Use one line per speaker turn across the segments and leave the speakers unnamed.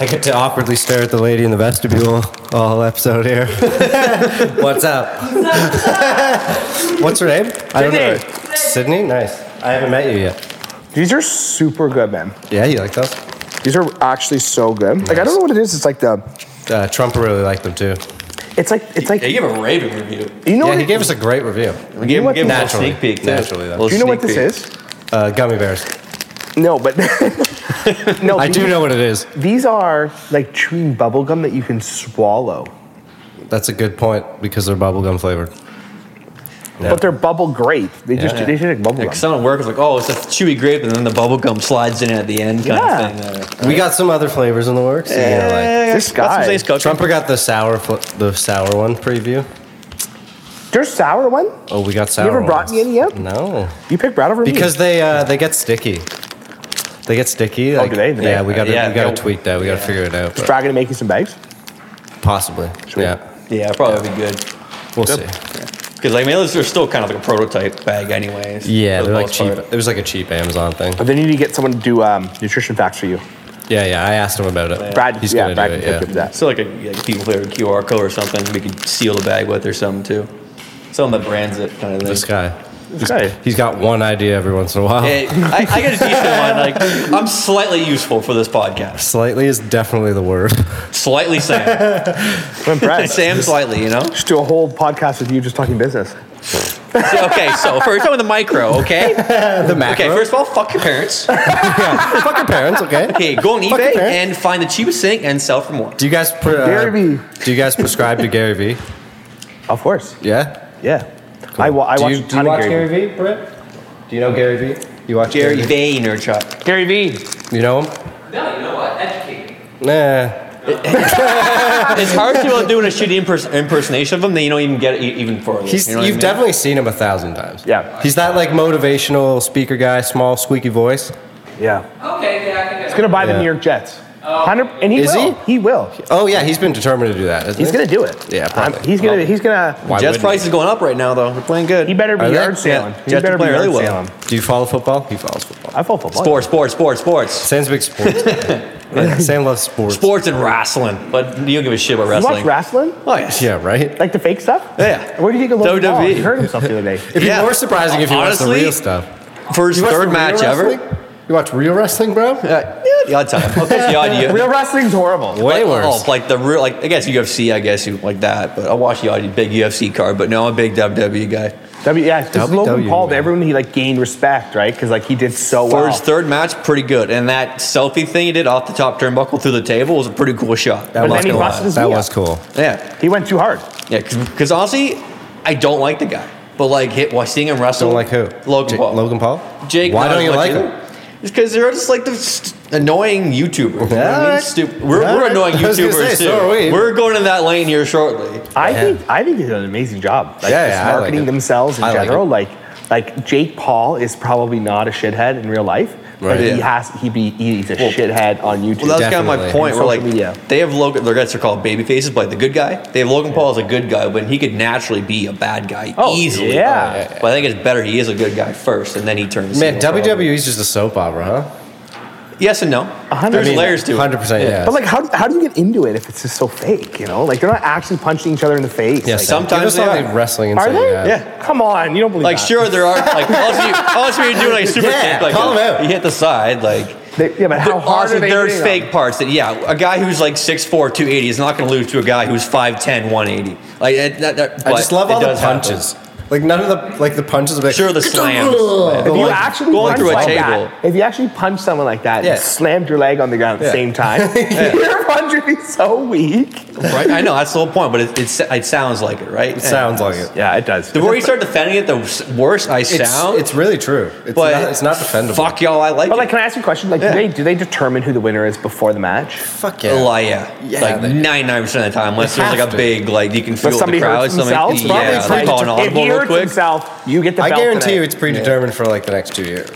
I get to awkwardly stare at the lady in the vestibule all episode here. What's up? What's her name? I don't know. her. Sydney? Nice. I haven't met you yet.
These are super good, man.
Yeah, you like those?
These are actually so good. Like I don't know what it is. It's like the,
Uh, Trump really liked them too.
it's like it's like
They
you
give a raving review.
know
Yeah,
what
he
it,
gave us a great review.
We give,
what
give them a little
Naturally.
sneak peek. too.
Naturally, though.
Little
Do you know what
sneak
this is?
Uh, gummy bears.
No, but no.
I do
these-
know what it is.
These are like chewing bubble gum that you can swallow,
That's a good point because they're bubblegum flavored. Yeah.
but they're bubble grape. They just
Yeah.
they taste like bubble
Like
gum.
someone at work is like, oh, it's a chewy grape, and then the bubble gum slides in at the end, kind
Yeah.
of thing.
we got some other flavors in the works. you know, like-
This guy.
Trump.
Trumper got the sour fl- the sour one preview.
There's sour one.
Oh, we got sour.
ever brought
ones.
me any yet?
No,
You picked brown over me.
because they uh, they get sticky. They get sticky.
Oh, do they? Do they?
Yeah, we got to
Yeah,
we got
yeah.
to tweak that. We got to figure it out. but
Dragon to make you some bags.
possibly. Yeah,
Yeah, probably be good.
we'll
Yep.
see.
Because like, I mean, those are still kind of like a prototype bag, anyways.
Yeah,
for the
they're like
most
cheap.
part.
It was like a cheap Amazon thing.
But then you need to get someone to do um, nutrition facts for you.
Yeah, yeah. I asked him about it.
Brad,
he's
yeah,
gonna
Brad
do it.
can hook you up
Yeah.
with that.
So like a like people flavored QR code or something, we could seal the bag with or something too. Someone that brands it, kind of thing.
This guy.
Okay.
He's got one idea every once in a while.
Hey, I, I got a decent one. Like I'm slightly useful for this podcast.
Slightly is definitely the word.
Slightly Sam.
I'm impressed.
Sam slightly, you know?
Just do a whole podcast with you just talking business.
So- okay, so first on the micro, okay?
the macro.
Okay, first of all, fuck your parents.
yeah. Fuck your parents, okay?
Okay, go on
Fuck your
eBay
parents.
and find the cheapest thing and sell for more.
Do you guys pre- uh,
Gary Vee.
Do you guys prescribe to Gary Vee?
Of course.
Yeah.
Yeah. I, wa- I
do
watch
you,
a
do you
ton of
watch
Gary.
Gary, Vee, Britt? Do you know Gary Vee? You watch Gary,
Gary Vaynerchuk.
Gary V.
Vee? You know him?
No, you know what? Educate.
Nah.
It's hard to uh, doing a shitty impers- impersonation of him that you don't even get it e- even for.
He's,
you
you have
know what I mean?
definitely seen him a thousand times.
Yeah.
He's that like motivational speaker guy, small squeaky voice.
Yeah.
Okay, yeah, I think I
He's gonna buy the
Yeah.
New York Jets. Hundred. And he
Is
will.
he?
will.
Oh yeah, he's been determined to do that. Isn't
He's
he?
gonna do it.
Yeah,
I'm-
probably.
he's gonna.
Well,
He's gonna.
Why
Jets
wouldn't
price is going up right now though. They're playing good.
He better be
Are they?
yard
Yeah,
sailing. He
Jets
better be
play
yard
really well.
sailing.
Do you follow football? He follows football.
I follow football.
Sports, sports, sports, sports.
Sam's a big sports. guy. Sam loves sports.
Sports and wrestling. But you don't give a shit about
You watch
wrestling.
wrestling?
oh, yeah.
Yeah, right.
Like the fake stuff?
Yeah.
Where do you think it looks?
WWE.
You heard himself the other day.
It'd be
Yeah.
more surprising if you watched
Honestly,
the real stuff.
First,
You watch
third
the real
match ever.
wrestling? You watch real wrestling, bro?
Uh, yeah, the odd time. Of course, the odd year.
Real wrestling's horrible.
Way
like,
worse.
Oh, like the real, like I guess UFC, I guess you like that. But I watch the odd big UFC card, but no, I'm a big WWE guy.
W, yeah, because Logan
WWE,
Paul,
man.
everyone he like gained respect, right? Because like he did so well.
First, third match, pretty good. And that selfie thing he did off the top turnbuckle through the table was a pretty cool
that
shot.
But
was
then he
cool.
busted his
That
knee
was
up.
cool.
Yeah,
He went too hard.
yeah. Because honestly, I don't like the guy, but like hit, well, seeing him wrestle.
Don't like who?
Logan
Ja-
Paul.
Logan Paul?
Jake.
Why
not
don't
as
you
much
like
either.
him?
It's because they're just like the st- annoying YouTubers. You know what I mean?
Alright.
Stupid. We're, we're
Alright.
annoying
I was gonna
YouTubers
say,
too.
so are we.
We're going in that lane here shortly.
I
Yeah.
think I think he did an amazing job. Like
Yeah,
just
yeah, I like
marketing
it.
themselves in
I like
general.
it.
Like, like Jake Paul is probably not a shithead in real life.
Right.
But he
Yeah.
has he be he's a shithead on YouTube.
Well, that's kind of my
Definitely.
point. Where
Social
like
media.
they have Logan, their guys are called baby faces, but like the good guy, they have Logan Paul as a good guy, but he could naturally be a bad guy
Oh,
easily.
yeah.
But I think it's better he is a good guy first, and then he turns.
Man,
heel, probably.
WWE's just a soap opera, huh?
Yes and no.
hundred-
There's
I mean,
layers to it.
100%, yeah.
but like, how, how do you get into it if it's just so fake? You know, like they're not actually punching each other in the face.
yeah,
like,
sometimes
sometimes
they
they
are.
wrestling and
are
saying
they?
that.
Come on, you don't believe
Like
that.
sure, there are like unless you, unless you're doing like super
Yeah,
kick, like
call him
uh,
out.
you hit the side, like.
They- yeah, but how hard
Honestly,
are they
there's
hitting
fake
them?
parts that yeah, a guy who's like 6'4", 280 is not going to lose to a guy who's 5'10", 180. Like it- that, that,
I just
but
love
it
all the
does happen.
punches. Like none of the like the punches. Are like,
Sure, the slams.
Ugh.
If
If
you
Like,
actually
going
punch
through a
like
table.
That, if you actually punch someone like that
Yeah.
and slammed your leg on the ground at
Yeah.
the same time, your punch would be so weak.
right? I know that's the whole point, but it, it, it sounds like it, right?
It sounds like it.
Yeah, it does.
The more you start defending it, the s- worse I
It's,
sound.
it's really true. It's,
but
not, it's not defendable.
Fuck y'all, I like
But
it.
like, can I ask you a question? Like,
Yeah.
do they do they determine who the winner is before the match?
Fuck
yeah.
yeah.
Lie, yeah.
Yeah,
like
they-
ninety nine percent of the time, unless
They
there's like
have
a
to.
big like you can feel
If
the
somebody
crowd.
hurts
Something
themselves,
probably
yeah,
pretty
they call an
if
audible
he
real
hurts
quick.
himself, you get the
I
belt
guarantee
tonight.
you, it's predetermined for like the next two years.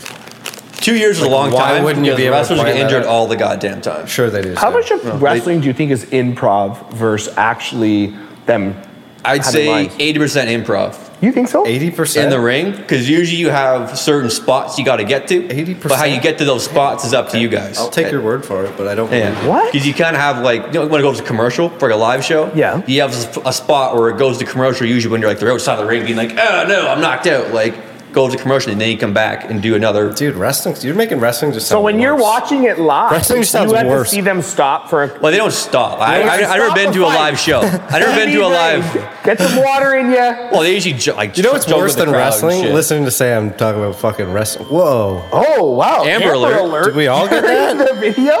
Two years is a long
why
time.
wouldn't you
because
be able to
wrestlers
plan
get
that
injured
out?
all the goddamn time?
Sure, they do.
How
so.
much of wrestling do you think is improv versus actually them?
I'd
having
say
lines?
eighty percent improv.
You think so?
Eighty
in
percent
the ring? Because usually you have certain spots you got to get to.
80%.
But how you get to those spots is up to you guys.
I'll take your word for it, but I don't.
Yeah.
What?
Because you kind of have like, you know, when it goes to commercial for like a live show,
Yeah.
you have s- a spot where it goes to commercial usually when you're like, they're outside the ring being like, oh no, I'm knocked out. Like, goes to commercial and then you come back and do another.
Dude, wrestling. You're making wrestling just.
so
sound
when you're
worse.
watching it live,
Wrestling just sounds
you had
worse.
to see them stop for a.
Well, they don't stop. I,
They
I,
don't
I've never
stop
been
the
to a
fight.
live show. I've never been to a live.
Get some water in you.
Well, they usually ju- like
You know what's
joke with
worse
the
than
crowd and
wrestling?
shit.
Listening to Sam talk about fucking wrestling. Whoa.
Oh wow!
Amber alert.
Did we all get that?
the video?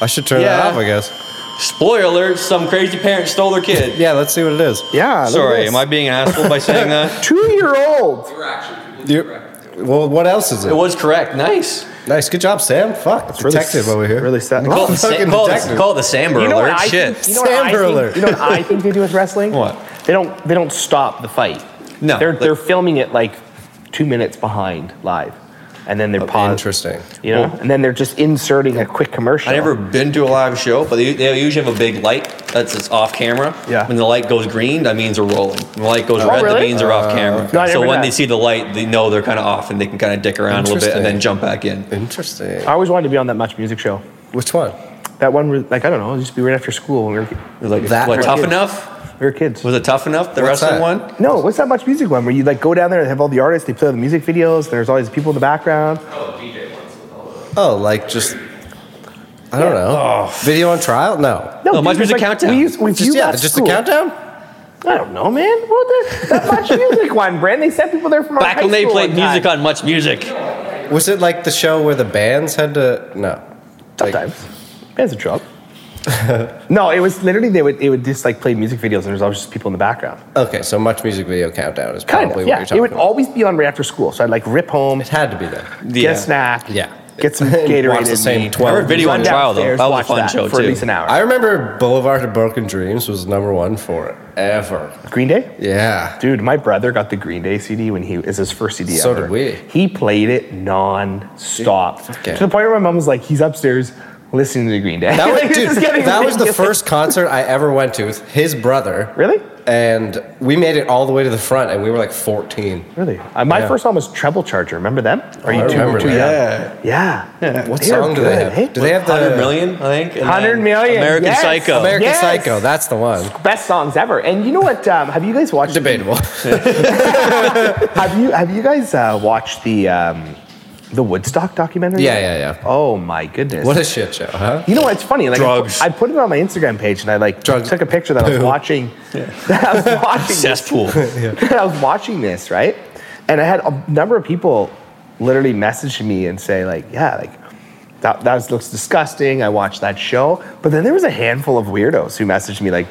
I should turn
Yeah.
that off, I guess.
Spoiler alert: some crazy parent stole their kid.
Yeah, let's see what it is.
Yeah. look at
Sorry,
this.
am I being an asshole by saying that?
two-year-old?
You- well, what else is it?
It was correct. Nice.
nice. Good job, Sam. Fuck. Detective over here.
Really sad.
Call, it the, sa-
Fucking
call, it-
detective.
call it the Samber
You know what
alert.
I
Shit.
think? You know what I
Samber
think-
alert.
You know what I think they do with wrestling?
What?
They don't. They don't stop the fight.
No,
They're
like-
they're filming it like two minutes behind live, and then they're
Oh,
paused.
Interesting.
You know, and then they're just inserting a quick commercial.
I never been to a live show, but they, they usually have a big light that's it's off camera.
Yeah.
When the light goes green, that means they're rolling. When the light goes red, that
Oh, really?
means they're
Uh,
off camera.
No, I
so
never
when
know.
they see the light, they know they're kind of off and they can kind of dick around a little bit and then
Interesting.
jump back in.
Interesting.
I always wanted to be on that Much Music show.
Which one?
That one, where- like I don't know, it used to be right after school when we were, ki-
They're Like,
That
what,
or
tough
kids.
enough?
we were kids.
Was it tough enough? The
What's
wrestling
that?
one?
No, what's that Much Music one where you like go down there and have all the artists, they play all the music videos, and there's all these people in the background.
Oh, like just. I don't know.
Oh.
Video on trial? No.
No, Much
dude, it's
Music Countdown.
We used, we
Just yeah,
left
just
school.
a countdown.
I don't know, man. What the, that Much Music one, Brand? They sent people there from our
Back
high
when they
school
played
one time.
music on Much Music.
Was it like the show where the bands had to? No. Like-
Sometimes. Bands a job. no, it was literally they would it would just like play music videos and there's always just people in the background.
Okay, so much music video countdown is
Kind
probably what
of, yeah.
you're
It
talking
would
about.
always be on right after school, so I'd like rip home,
it had to be there.
get
Yeah.
a snack,
Yeah.
get some
And
Gatorade,
watch the
in
same
me,
12
I heard video
run
on trial, though.
downstairs,
That was a
watch
fun show,
for
too.
at least an hour.
I remember Boulevard of Broken Dreams was number one forever.
Green Day.
Yeah.
Dude, my brother got the Green Day CD when he is his first CD
So
ever.
did we.
He played it non-stop
yeah.
to the point where my mom was like, "He's upstairs listening to Green Day."
That was,
Like, this
dude,
is getting
that was the
ridiculous.
first concert I ever went to with his brother.
Really?
And we made it all the way to the front, and we were like 14.
Really, Uh, my
Yeah. Oh,
first one was Treble Charger. Remember them? Are
I
you
remember
too, too
that.
young?
Yeah.
Yeah.
What song do they have? Do they have the
100 million, I think. and
100
then
million,
American
yes.
Psycho.
American
Yes.
Psycho? That's the one.
best songs ever? And you know what? Um, have you guys watched?
Debatable.
Have you have you guys uh, watched the um, the Woodstock documentary?
Yeah, yeah, yeah.
Oh my goodness.
What a shit show, huh?
you know what's funny? Like I put-
Drugs.
I put, it on my Instagram page and I like
Drugs.
took a picture that I was
Poo.
watching. That I was watching. this-
Cesspool.
that I was watching this right, and I had a number of people literally message me and say like, yeah, like that, that was- looks disgusting. I watched that show. But then there was a handful of weirdos who messaged me like,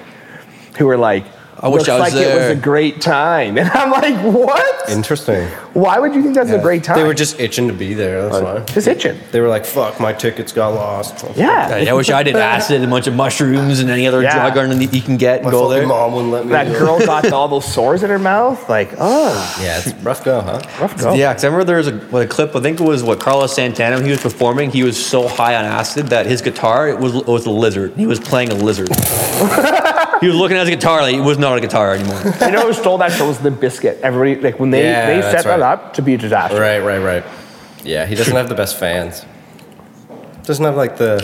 who were like,
I wish
looks
I
like
was
it
there."
was a great time. And I'm like, what?
Interesting.
Why would you think that's a great time?
They were just itching to be there. That's why.
just itching.
They were like, "Fuck, my tickets got lost."
Yeah.
I wish I did acid and a bunch of mushrooms and any other
Yeah.
drug on that you can get and
My
go
fucking
there.
mom wouldn't let me.
That
do it.
girl got all those sores in her mouth. Like, oh,
Yeah, it's rough go, huh?
rough go.
Yeah, because I remember there was a, what, a clip. I think it was what Carlos Santana. When he was performing, he was so high on acid that his guitar it was it was a lizard. He was playing a lizard. he was looking at his guitar like it was not a guitar anymore.
You know who stole that show was Limp Biscuit. Everybody, like when they,
Yeah,
they
that's
set that
right.
up to be a disaster.
Right, right, right. Yeah, he doesn't have the best fans. Doesn't have like the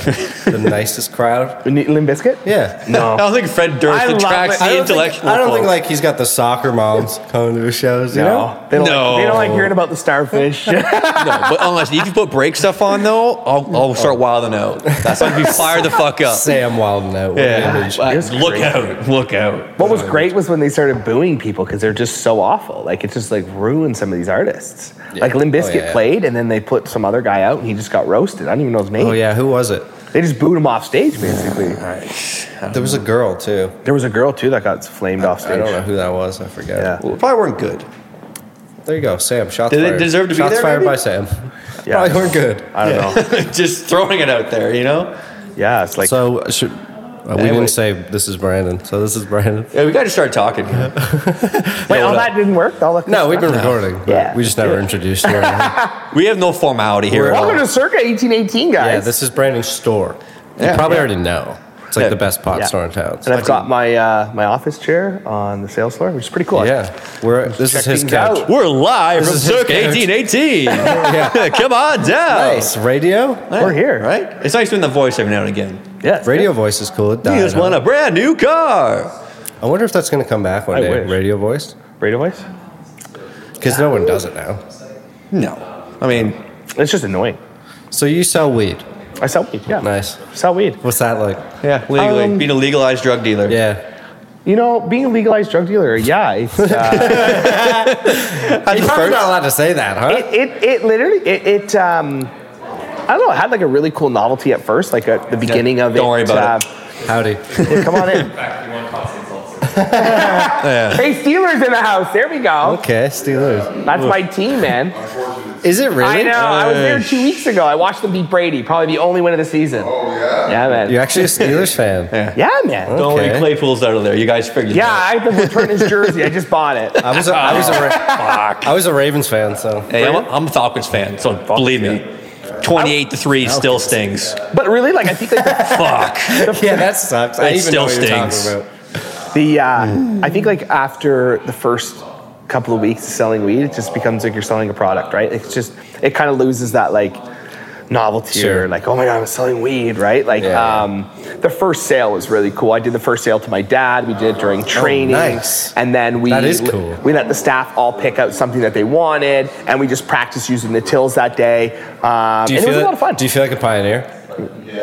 the nicest crowd.
Limp Biscuit?
Yeah.
I
No.
don't think Fred
I
Durst
love
attracts
it. I
the
don't
intellectual.
Think, I don't think
folk.
like he's got the soccer moms coming to his shows. You know?
They don't, Like, they don't like
No.
hearing about the starfish.
no, but honestly, if you put break stuff on though, I'll, I'll start wilding out. That's like you fire the fuck up.
Sam Wilden out.
Yeah,
It was
look
crazy.
out, look out.
what was great was when they started booing people because they're just so awful. Like it just like ruined some of these artists.
Yeah.
Like Limp
Oh,
Bizkit
yeah, yeah.
played, and then they put some other guy out, and he just got roasted. I don't even know his name.
Oh yeah, who was it?
They just booed him off stage, basically.
There was a girl too.
There was a girl too that got flamed off stage.
I don't know who that was. I forget.
Yeah.
Well, probably weren't good.
There you go, Sam. Shots
Did they
fired.
deserve to be
Shots
there,
fired
maybe?
by Sam.
Yeah.
Probably weren't good.
I don't know.
Just throwing it out there, you know?
Yeah, it's like
So should, uh, we
Anyway.
didn't say this is Brandon. So this is Brandon.
Yeah, we got to start talking.
wait, all
what
that didn't work. All that
No, we've been recording. but
Yeah.
We just never introduced you. or anything.
We have no formality here. at all.
Welcome to Circa 1818, guys.
yeah, this is Brandon's store. You
Yeah.
probably
Yeah.
already know. It's like the best pot
Yeah.
store in town. It's
And I've
like-
got my uh, my office chair on the sales floor, which is pretty cool.
yeah, we're this is
Check
his
things
couch.
out.
We're live from
is his
Circa
couch.
1818. Come on down.
Nice radio.
We're here.
Right? It's nice doing the voice every now and again.
Yeah. it's
Radio voice is cool. It
You
died
just
out.
want a brand new car.
I wonder if that's gonna come back one
I
day.
wish.
Radio voice,
good. Radio voice.
because no one does it now.
No. I mean,
It's just annoying.
So you sell weed?
I sell weed. Yeah.
Nice.
Sell weed.
What's that like?
yeah, legally.
Um,
being a legalized drug dealer.
Yeah.
You know, being a legalized drug dealer, yeah, it's, uh,
You're probably not allowed to say that, huh?
it, it it literally it, it um, I don't know. It had like a really cool novelty at first, like at the beginning of it.
Don't worry about
uh,
Howdy.
yeah, come on in. hey, Steelers in the house. There we go.
Okay, Steelers.
That's my team, man.
Is it really?
I know. I was there
Uh,
two weeks ago. I watched them beat Brady. Probably the only win of the season. Oh yeah. Yeah, man.
You're actually a Steelers fan.
Yeah, man.
Don't
Okay.
worry, Claypool's out of there. You guys figured it
Yeah,
out.
I have to return his jersey. I just bought it. Uh,
I was a, I was a
Oh,
Ra- I was a Ravens fan, so
Hey, I'm a, I'm a Falcons fan, so believe me. 28 to 3 still stings.
But really, like I think like the
Fuck.
yeah, that sucks. I
It
even know
still
what you're talking
stings.
about.
The uh, I think like after the first couple of weeks of selling weed, it just becomes like you're selling a product, right? It's just it kind of loses that like novelty
Sure.
or like oh my god, I'm selling weed, right? Like
Yeah.
um, the first sale was really cool. I did the first sale to my dad. We did it during training,
Oh, nice.
and then we
That is cool.
we let the staff all pick out something that they wanted, and we just practiced using the tills that day. Um,
Do you feel
and it was a lot of fun.
Do you feel like a pioneer?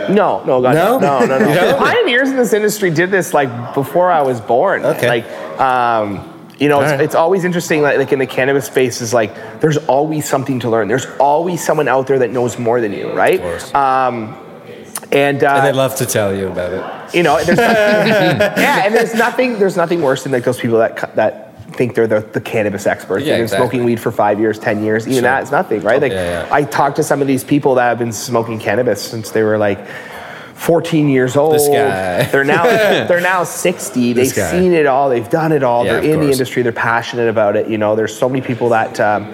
No, no, God,
No?
no, no, no. no.
You don't?
Pioneers in this industry did this like before I was born.
Okay.
Like, um, you know, it's,
All right.
it's always interesting. Like, like in the cannabis space, is like there's always something to learn. There's always someone out there that knows more than you, right?
course.
Um, and, uh,
And they love to tell you about it.
you know, there's yeah, and there's nothing there's nothing worse than like those people that cu- that think they're the, the cannabis experts.
Yeah,
They've been
exactly.
smoking weed for five years, ten years. Even
Sure. Oh,
that is nothing, right? Like
yeah, yeah.
I talked to some of these people that have been smoking cannabis since they were like. 14 years old.
guy.
They're now they're now 60. They've
This guy.
seen it all. They've done it all.
Yeah,
they're
of
in the
course.
industry. They're passionate about it. You know, there's so many people that um,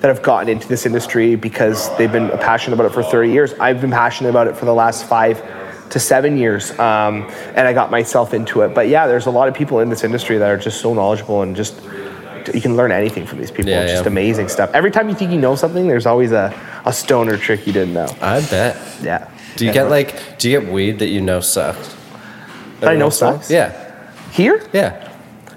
that have gotten into this industry because they've been passionate about it for 30 years. I've been passionate about it for the last five to seven years, um, and I got myself into it. But yeah, there's a lot of people in this industry that are just so knowledgeable and just you can learn anything from these people.
Yeah,
it's just
yeah.
amazing stuff. Every time you think you know something, there's always a, a stoner trick you didn't know.
I bet.
Yeah.
Do you get like? Do you get weed that you know sucks?
That I know
Everyone smokes?
sucks?
Yeah,
here?
yeah.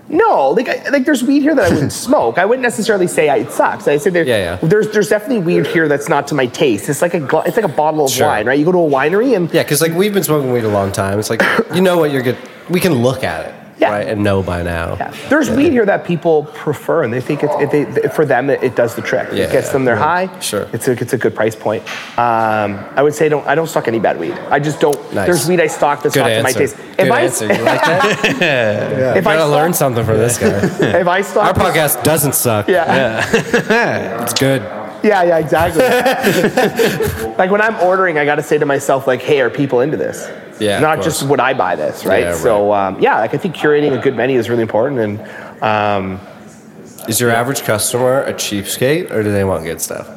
No, like I, like there's weed here that I wouldn't smoke. I wouldn't necessarily say I, it sucks. I say there,
Yeah, yeah.
there's there's definitely weed here that's not to my taste. It's like a gla- it's like a bottle of
Sure.
wine, right? You go to a winery and
Yeah, because like we've been smoking weed a long time. It's like you know what you're good. We can look at it,
Yeah.
right, and know by now.
yeah. there's weed here that people prefer and they think it's, it, they, th- for them it, it does the trick.
Yeah,
it gets them their
yeah. Mm.
high.
Sure.
it's a, it's a good price point. Um, I would say don't I don't stock any bad weed. I just don't.
Nice.
There's weed I stock that's
Good
not
answer.
to my taste.
Good
I
answer. You like that? yeah.
If I
gotta
saw-
learn something from this guy.
if I
Our
stock
podcast doesn't suck.
yeah.
It's good.
Yeah, yeah, exactly. like when I'm ordering, I got to say to myself, like, hey, are people into this?
Yeah, of
Not
course.
just would I buy this, right?
Yeah, right.
So um, yeah, like I think curating a good menu is really important, and um,
Is your average customer a cheapskate, or do they want good stuff?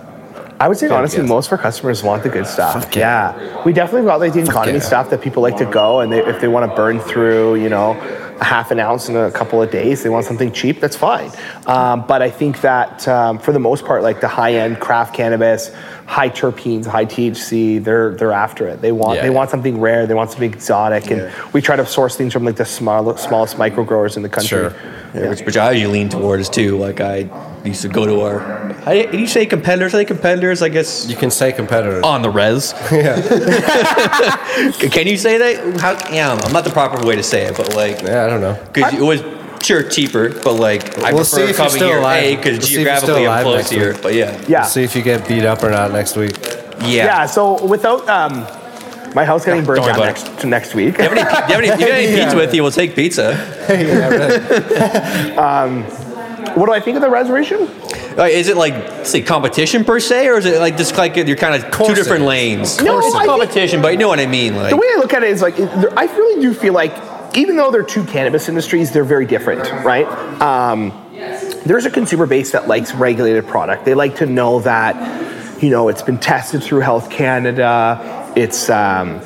I would say honestly,
yes.
most of our customers want the good stuff.
Fuck yeah.
yeah. we definitely got like the economy
yeah.
stuff that people like to go, and they, if they want to burn through, you know, a half an ounce in a couple of days, they want something cheap. That's fine. Um, but I think that um, for the most part, like the high end craft cannabis, high terpenes, high THC, they're they're after it. They want
Yeah,
they
yeah.
want something rare. They want something exotic, and we try to source things from like the small, smallest micro growers in the country.
Sure.
Which, which I usually lean towards too. Like I used to go to our. I, did you say competitors? Are they competitors? I guess
You can say competitors.
Oh.
on the res. Can you say that? How? Yeah, I'm not the proper way to say it, but like,
Yeah, I don't know.
because it was sure cheaper, but like I
We'll see if
prefer
you're
coming
still
here
alive.
a
We'll see if
because
you're still
geographically I'm
alive
close
next
here.
week.
But yeah,
Yeah.
See if you get beat up or not next week.
yeah.
Yeah. So without um, my house getting burned
worry
down
about
next to next week.
Do you have any, do you have any, if you have any pizza with you? We'll take pizza.
What do I think of the reservation?
Uh, is it like say competition per se, or is it like just like you're kind of
Course
two different
it is.
lanes?
No,
it's
I
a
think-
competition, but you know what I mean. Like,
The way I look at it is like, it- there- I really do feel like, even though they're two cannabis industries, they're very different, right? Um, there's a consumer base that likes regulated product. They like to know that, you know, it's been tested through Health Canada. It's um,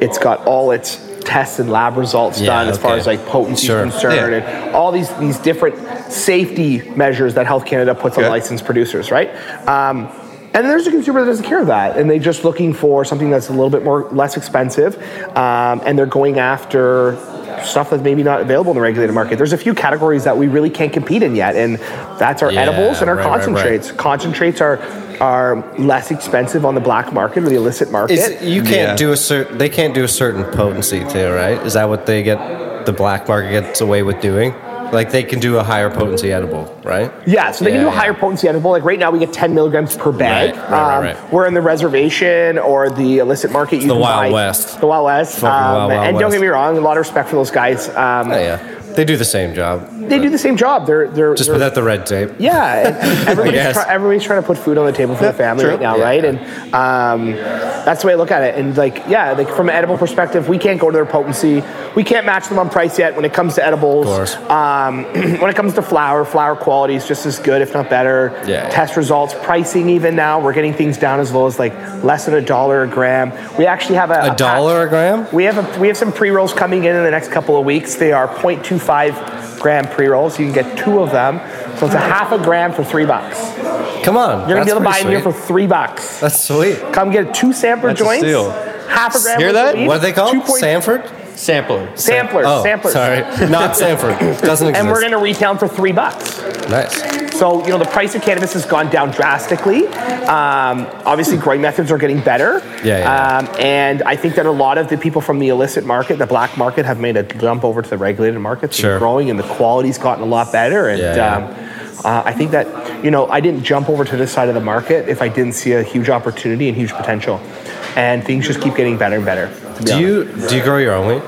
it's got all its tests and lab results
Yeah,
done as far
okay.
as like potency
Sure.
is concerned
Yeah.
and all these, these different safety measures that Health Canada puts
Okay.
on licensed producers, right? Um, and there's a consumer that doesn't care that, and they're just looking for something that's a little bit more less expensive, um, and they're going after stuff that's maybe not available in the regulated market. There's a few categories that we really can't compete in yet, and that's our
Yeah,
edibles and our
right, right, right.
concentrates. Concentrates are are less expensive on the black market or the illicit market.
Is, you can't
Yeah.
do a certain. They can't do a certain potency too, right? Is that what they get? The black market gets away with doing. Like they can do a higher potency edible, right?
Yeah, so they
Yeah,
can do a
yeah.
higher potency edible. Like right now, we get 10 milligrams per bag. Um,
Right, right, right, right.
We're in the reservation or the illicit market. You
the
can
Wild
buy-
West.
The Wild West.
Fucking
um,
Wild, Wild
and don't
West.
get me wrong, a lot of respect for those guys. Um,
Oh, yeah, they do the same job.
They do the same job. They're they're
just
they're-
without the red tape.
Yeah, and- and everybody's,
guess.
try, everybody's trying to put food on the table for the family
true.
right now,
Yeah,
right?
yeah.
And um, that's the way I look at it. And like, yeah, like from an edible perspective, we can't go to their potency. We can't match them on price yet. When it comes to edibles,
Of course.
Um, when it comes to flour, flour quality is just as good, if not better.
Yeah, yeah.
Test results, pricing, even now, we're getting things down as low as like less than a dollar a gram. We actually have a
A
pack-
dollar a gram?
we have a, we have some pre rolls coming in in the next couple of weeks. They are 0.25 gram pre rolls. You can get two of them, so it's a half a gram for three bucks.
Come on.
You're
that's
gonna be able to buy
pretty
them here for
sweet.
three bucks.
That's sweet.
Come get two sampler
That's a
joints.
steal.
Half a gram.
Hear
worth
that?
of each,
What are they called?
2.25
Sanford?
Sampler.
samplers.
Oh,
samplers.
sorry, not Sanford. Doesn't exist.
And we're gonna retail them for three bucks.
nice.
So you know the price of cannabis has gone down drastically. Um, obviously, growing methods are getting better.
Yeah, yeah, yeah.
Um, and I think that a lot of the people from the illicit market, the black market, have made a jump over to the regulated markets.
Sure.
And growing, and the quality's gotten a lot better. And
Yeah, yeah.
Um, uh, I think that you know I didn't jump over to this side of the market if I didn't see a huge opportunity and huge potential. And things just keep getting better and better. to be
Do
honest.
you do you grow your own wheat?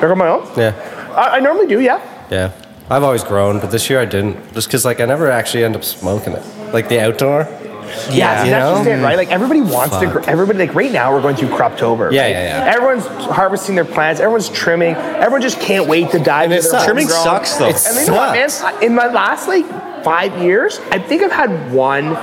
Pick up my own?
Yeah,
I, I normally do. Yeah.
yeah. I've always grown, but this year I didn't, just because like I never actually end up smoking it, like the outdoor.
Yeah, see,
You
that's
know?
just it, right? Like everybody wants to.
Fuck.
Gr- everybody like right now we're going through croptober.
Yeah,
right?
yeah, yeah.
Everyone's harvesting their plants. Everyone's trimming. Everyone just can't wait to dive
it
into their
sucks.
Trimming
homegrown.
sucks though.
It's-
And you know what, man?
Sucks.
I- In my last like five years, I think I've had one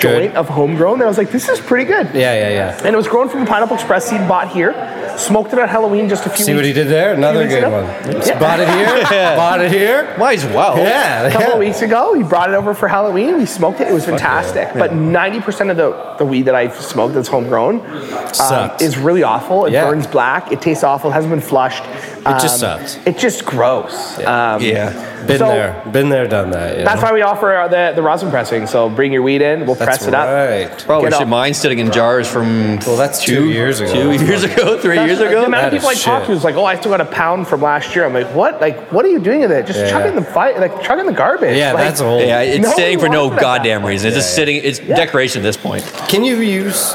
joint of homegrown that I was like, this is pretty good.
Yeah, yeah, yeah.
And it was grown from a pineapple express seed bought here. Smoked it on Halloween just a few.
See
weeks,
what he did there? Another
weeks
good
ago.
one. Bought it here.
Yeah.
Bought it here.
Wise wow.
Yeah.
a couple
yeah.
of weeks ago. We brought it over for Halloween. We smoked it. It was fantastic. But 90% of the, the weed that I've smoked that's homegrown um,
Sucks.
is really awful. It
Yeah.
burns black. It tastes awful. It hasn't been flushed.
It just sucks.
It's just gross. Um,
Yeah.
Been
So-
there. Been there. Done that. You
That's
know?
why we offer uh, the, the rosin pressing. So bring your weed in. We'll
That's
press it up.
right.
Probably
Get
should
off.
mine sitting in jars from
Well, that's two years ago.
Two years ago, three years
Like, the
ago.
amount of
That is
people I talk
shit.
to is like, oh, I still got a pound from last year. I'm like, what? Like, what are you doing with it? Just
Yeah,
chuck it
yeah.
in the fire, like chuck it in the garbage.
Yeah,
Like,
that's old.
Yeah, it's
No
staying for
one
no
wants it.
goddamn reason. It's
Yeah,
just
yeah.
sitting. It's decoration at this point.
Can you use?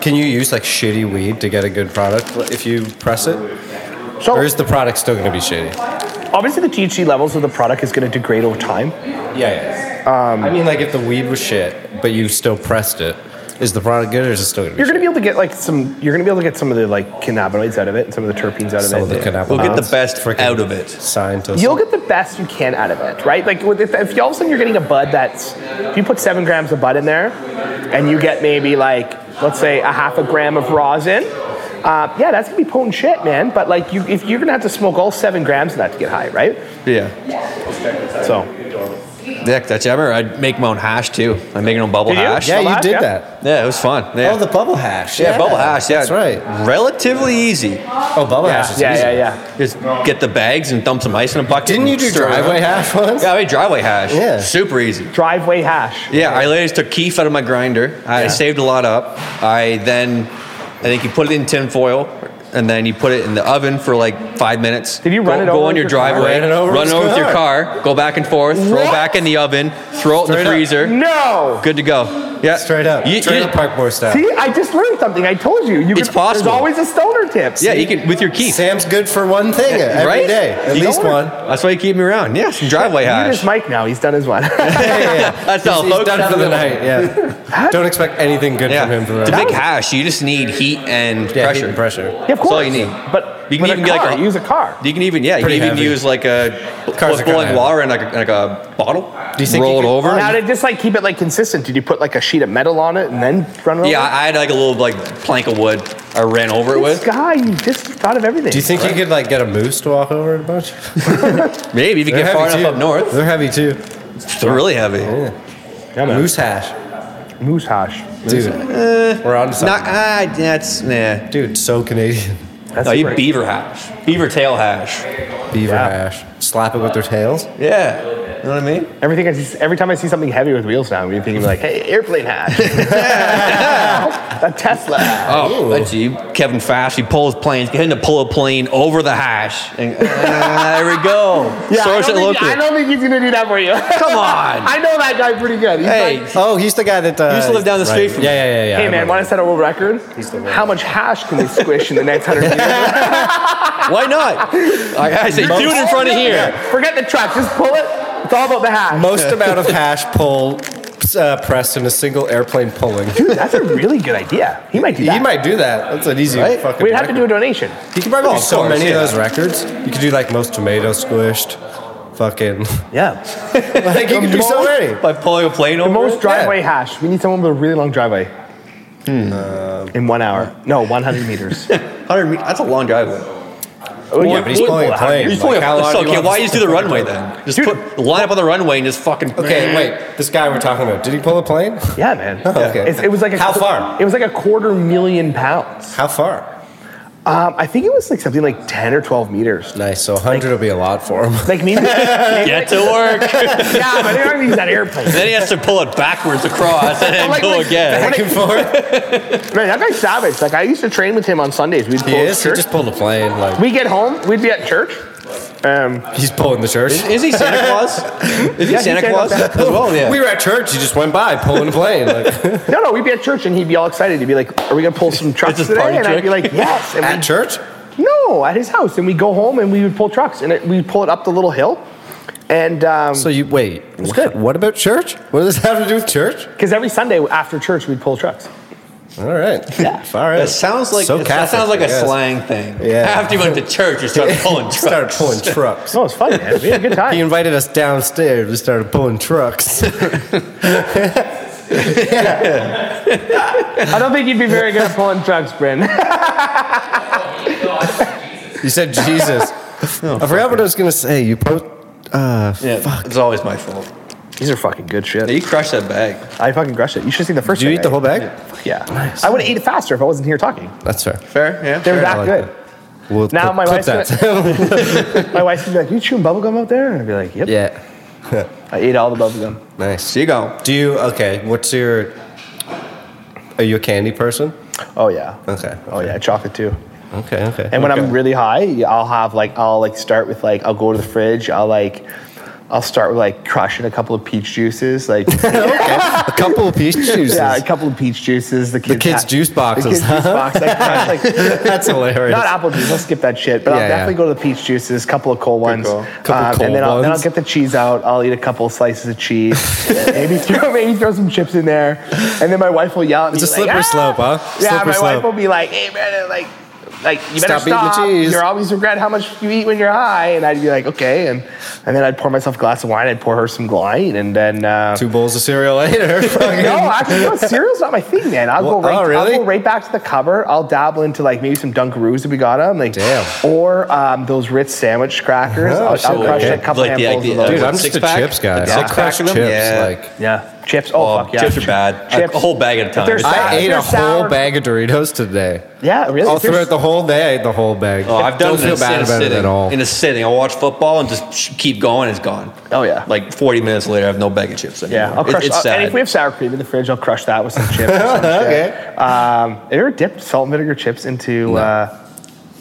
Can you use like shitty weed to get a good product if you press it,
So,
or is the product still going to be shitty?
obviously, the THC levels of the product is going to degrade over time.
Yeah, yeah.
Um,
I mean, like if the weed was shit, but you still pressed it, is the product good or is it still going to be?
You're gonna be able to get like some. You're gonna be able to get some of the like cannabinoids out of it and some of the terpenes out of
Some
it.
of the cannabinoids.
We'll get the
Wow.
best
Freaking
out of it.
scientist?
You'll get the best you can out of it, right? Like with- if, if you all of a sudden you're getting a bud that's, if you put seven grams of bud in there, and you get maybe like let's say a half a gram of rosin. Uh, yeah, that's gonna be potent shit, man. But like, you, if you're gonna have to smoke all seven grams of that to get high, right?
Yeah.
So
Yeah, that's I remember I'd make my own hash too. I'd make my own bubble
Did you?
hash.
yeah, you
Salad,
did
yeah?
that.
Yeah, it was fun. Yeah.
Oh, the bubble hash.
yeah, bubble hash. Yeah,
that's right.
Relatively easy.
Oh, bubble
yeah,
hash. Is
yeah,
easy.
yeah, yeah.
Just get the bags and dump some ice in a bucket.
Didn't
and
you do
stir it up.
driveway hash once?
Yeah, I made driveway hash.
Yeah.
super easy.
Driveway hash.
Yeah, I later took keef out of my grinder. I saved a lot up. I then, I think you put it in tin foil, and then you put it in the oven for like five minutes.
Did you
go,
run it
go
over
on
with
your
your car?
driveway?
Ran it over
run
with
it over with your
your
car. Go back and forth. Throw
What?
it back in the oven. Throw it in
Straight
the
up.
freezer.
No.
Good to go. Yeah,
Straight up.
You-
Straight
you-
up Parkmore style.
See, I just learned something. I told you. you
It's
could-
possible.
There's always a stoner tip.
yeah, you can with your keef.
Sam's good for one thing every day,
right?
at
You
least
know
one.
That's why you keep me around. Yeah, some driveway
Mute
hash.
his mic now. He's done his one.
Yeah, yeah, yeah.
That's all,
He's, he's
folks.
done for the night. Yeah. Don't expect anything good
Yeah,
from him for the
it's a
night.
big hash. You just need heat and
Yeah, heat
pressure.
and pressure.
Yeah, of
That's all
course.
you need.
But
You can
with
even
a
get, like,
car,
a-
use a car.
You can even yeah, you can
Pretty
even
heavy.
use like a
Cars
with
are kinda
boiling
heavy.
water and like a, like a bottle.
Do you think
roll
you
it
could-
over?
Now to just like keep it like consistent, did you put like a sheet of metal on it and then run it?
yeah,
over?
I had like a little like plank of wood I ran over it
This
with.
guy, you just thought of everything.
Do you think you could like get a moose to walk over it a bunch?
Maybe if you get far enough
too.
up north,
They're Oh, heavy too.
they're really heavy.
Yeah, man.
Moose hash,
Moose hash?
dude. We're on to
Not,
something.
ah, that's nah.
dude, so Canadian.
That's
No, you
great.
beaver hash, beaver tail hash.
Beaver
Yeah.
hash. Slap it with their tails.
Yeah, you know what I mean.
Everything I see, every time I see something heavy with wheels now, I'm thinking like, hey, airplane hash, a Tesla. hash.
Oh, that's you, Kevin Fast. He pulls planes, getting to pull a plane over the hash. And, ah, there we go.
I,
Source
don't
it
think,
local.
I don't think he's gonna do that for you.
Come on.
I know that guy pretty good. He's
Hey,
like,
Oh, he's the guy that uh,
He used to live down the street from me.
Yeah, yeah, yeah, yeah. I
hey man,
remember.
want to set a world record? How much hash can we squish in the next hundred years?
why not? I, I say, do it in front of here.
Forget the truck, just pull it. It's all about the hash.
Most amount of hash pull uh, pressed in a single airplane pulling.
Dude, that's a really good idea. He might do that.
He might do that. That's an easy fucking.
We'd have to do a donation.
He could probably
Oh,
do
of
so
course,
many
yeah.
of those records. You could do like most tomato squished, fucking.
Yeah.
Like you could do so many.
By pulling a plane over.
The most
it?
driveway hash. We need someone with a really long driveway.
Hmm.
Uh, in one hour. No, 100 meters.
100 meters. That's a long driveway.
Oh,
Yeah, but he's
Well,
pulling a
well,
plane.
He's
Like,
pulling
how
a,
long
so,
do you
okay,
want
why
this
just do
to
the
fucking
runway
go?
then? Just
Dude.
put line up on the runway and just fucking.
Okay, wait. This guy we're talking about. Did he pull a plane?
Yeah, man.
Oh, Okay.
It's- it was like a
How
qu-
far?
It was like a quarter million pounds.
How far?
Um, I think it was like something like 10 or 12 meters.
Nice. So 100 will be a lot for him.
Like maybe. maybe
Get to work.
yeah, but they aren't using that airplane.
then he has to pull it backwards across and then
Like-
go
like-
again.
Back and forth.
Man, that guy's savage. Like I used to train with him on Sundays. We'd pull
He is. He
church.
just pulled a plane. Like
We'd get home. We'd be at church. Um,
he's pulling the church.
Is he Santa Claus? Is he
Yeah, he's Santa
Santa Claus?
Claus.
as well, yeah.
We were at church. He just went by pulling a plane. Like,
no, no, we'd be at church and he'd be all excited. He'd be like, "Are we gonna pull some trucks
It's his
today?"
party
and I'd
trick.
be like, "Yes." And
at
we'd,
church.
no, at his house. And we'd go home and we would pull trucks and it, we'd pull it up the little hill. And um, because
So you wait. Wh-
good.
What about church? What does this have to do with church?
every Sunday after church we'd pull trucks.
All right.
Yeah.
All right.
That sounds like
So
that sounds
Catholic,
like
I
a
guess.
slang thing.
Yeah.
After you went to church, you started pulling trucks.
Started pulling trucks.
No, it was Oh, fun, man. We had a good
He
time.
invited us downstairs. We started pulling trucks.
I don't think you'd be very good at pulling trucks, Bryn.
you said Jesus.
Oh,
I forgot what I was gonna say. You put. Uh,
Yeah, it's always my fault.
These are fucking good shit.
Yeah, you crushed that bag.
I fucking crushed it. You should see the first.
did you
thing
eat the
I
whole bag?
Fuck Yeah, I would have eaten faster if I wasn't here talking.
That's fair.
Fair, yeah.
They're
fair.
I
that
like
good.
that. We'll
Now
clip-
my
clip
wife's My wife would be like, "You chewing bubble gum out there?" And I'd be like, "Yep."
yeah.
I ate all the bubble gum.
Nice.
So you go.
Do you okay? What's your? Are you a candy person?
Oh yeah.
Okay.
Oh yeah, chocolate too.
Okay. Okay.
And when
okay.
I'm really high, yeah, I'll have like I'll like start with like I'll go to the fridge. I'll like I'll start with like crushing a couple of peach juices. Like
a couple of peach juices.
yeah, a couple of peach juices. The kids,
kids'
ha-
juice boxes,
The kids
huh?
juice box. Like, crush, like,
That's hilarious.
not apple juice. I'll skip that shit. But
Yeah,
I'll definitely
yeah.
go to the peach juices, couple of cold ones, Um,
call. Couple cold
and then I'll, then I'll
ones.
get the cheese out. I'll eat a couple slices of cheese. maybe throw maybe throw some chips in there, and then my wife will yell. At me
It's a
like,
slippery
"Ah!"
slope, huh?
Yeah,
Slippery
my
slope.
wife will be like, "Hey, man, like." Like you better
Stop
stop.
eating the cheese."
You always regret how much you eat when you're high, and I'd be like, okay, and and then I'd pour myself a glass of wine. I'd pour her some wine, and then uh,
Two bowls of cereal later. fucking-
no, actually, no, cereal's not my thing, man. I'll
Well,
go right.
oh, really?
I'll go right back to the cupboard. I'll dabble into like maybe some Dunkaroos if we got them, like
Damn.
or um, those Ritz sandwich crackers.
Oh,
I'll,
shit,
I'll crush
okay.
a couple
Like the
handfuls
idea-
of those.
Dude,
What,
I'm just a
six pack?
chips guy.
Yeah.
I
Six
crush
pack of
chips.
them? Yeah.
Like
yeah, chips. Oh, fuck yeah,
chips are bad. A-
Chips.
a whole bag at a time.
If they're
I
sour-
I
if
ate
they're
a whole
sour-
bag of Doritos today.
Yeah, really.
All
If they're
throughout the whole day, I ate the whole bag.
Oh, I've done
Don't feel
it in, a- in
bad
a
about
sitting.
it at all.
In a sitting, I watch football and just sh- keep going. It's gone.
Oh, yeah.
Like 40 minutes later, I have no bag of chips anymore.
Yeah, I'll
It-
crush.
it's
uh,
sad.
and if we have sour cream in the fridge, I'll crush that with some chips. or some shit.
Okay.
Um, have you ever dipped salt and vinegar chips into? Uh,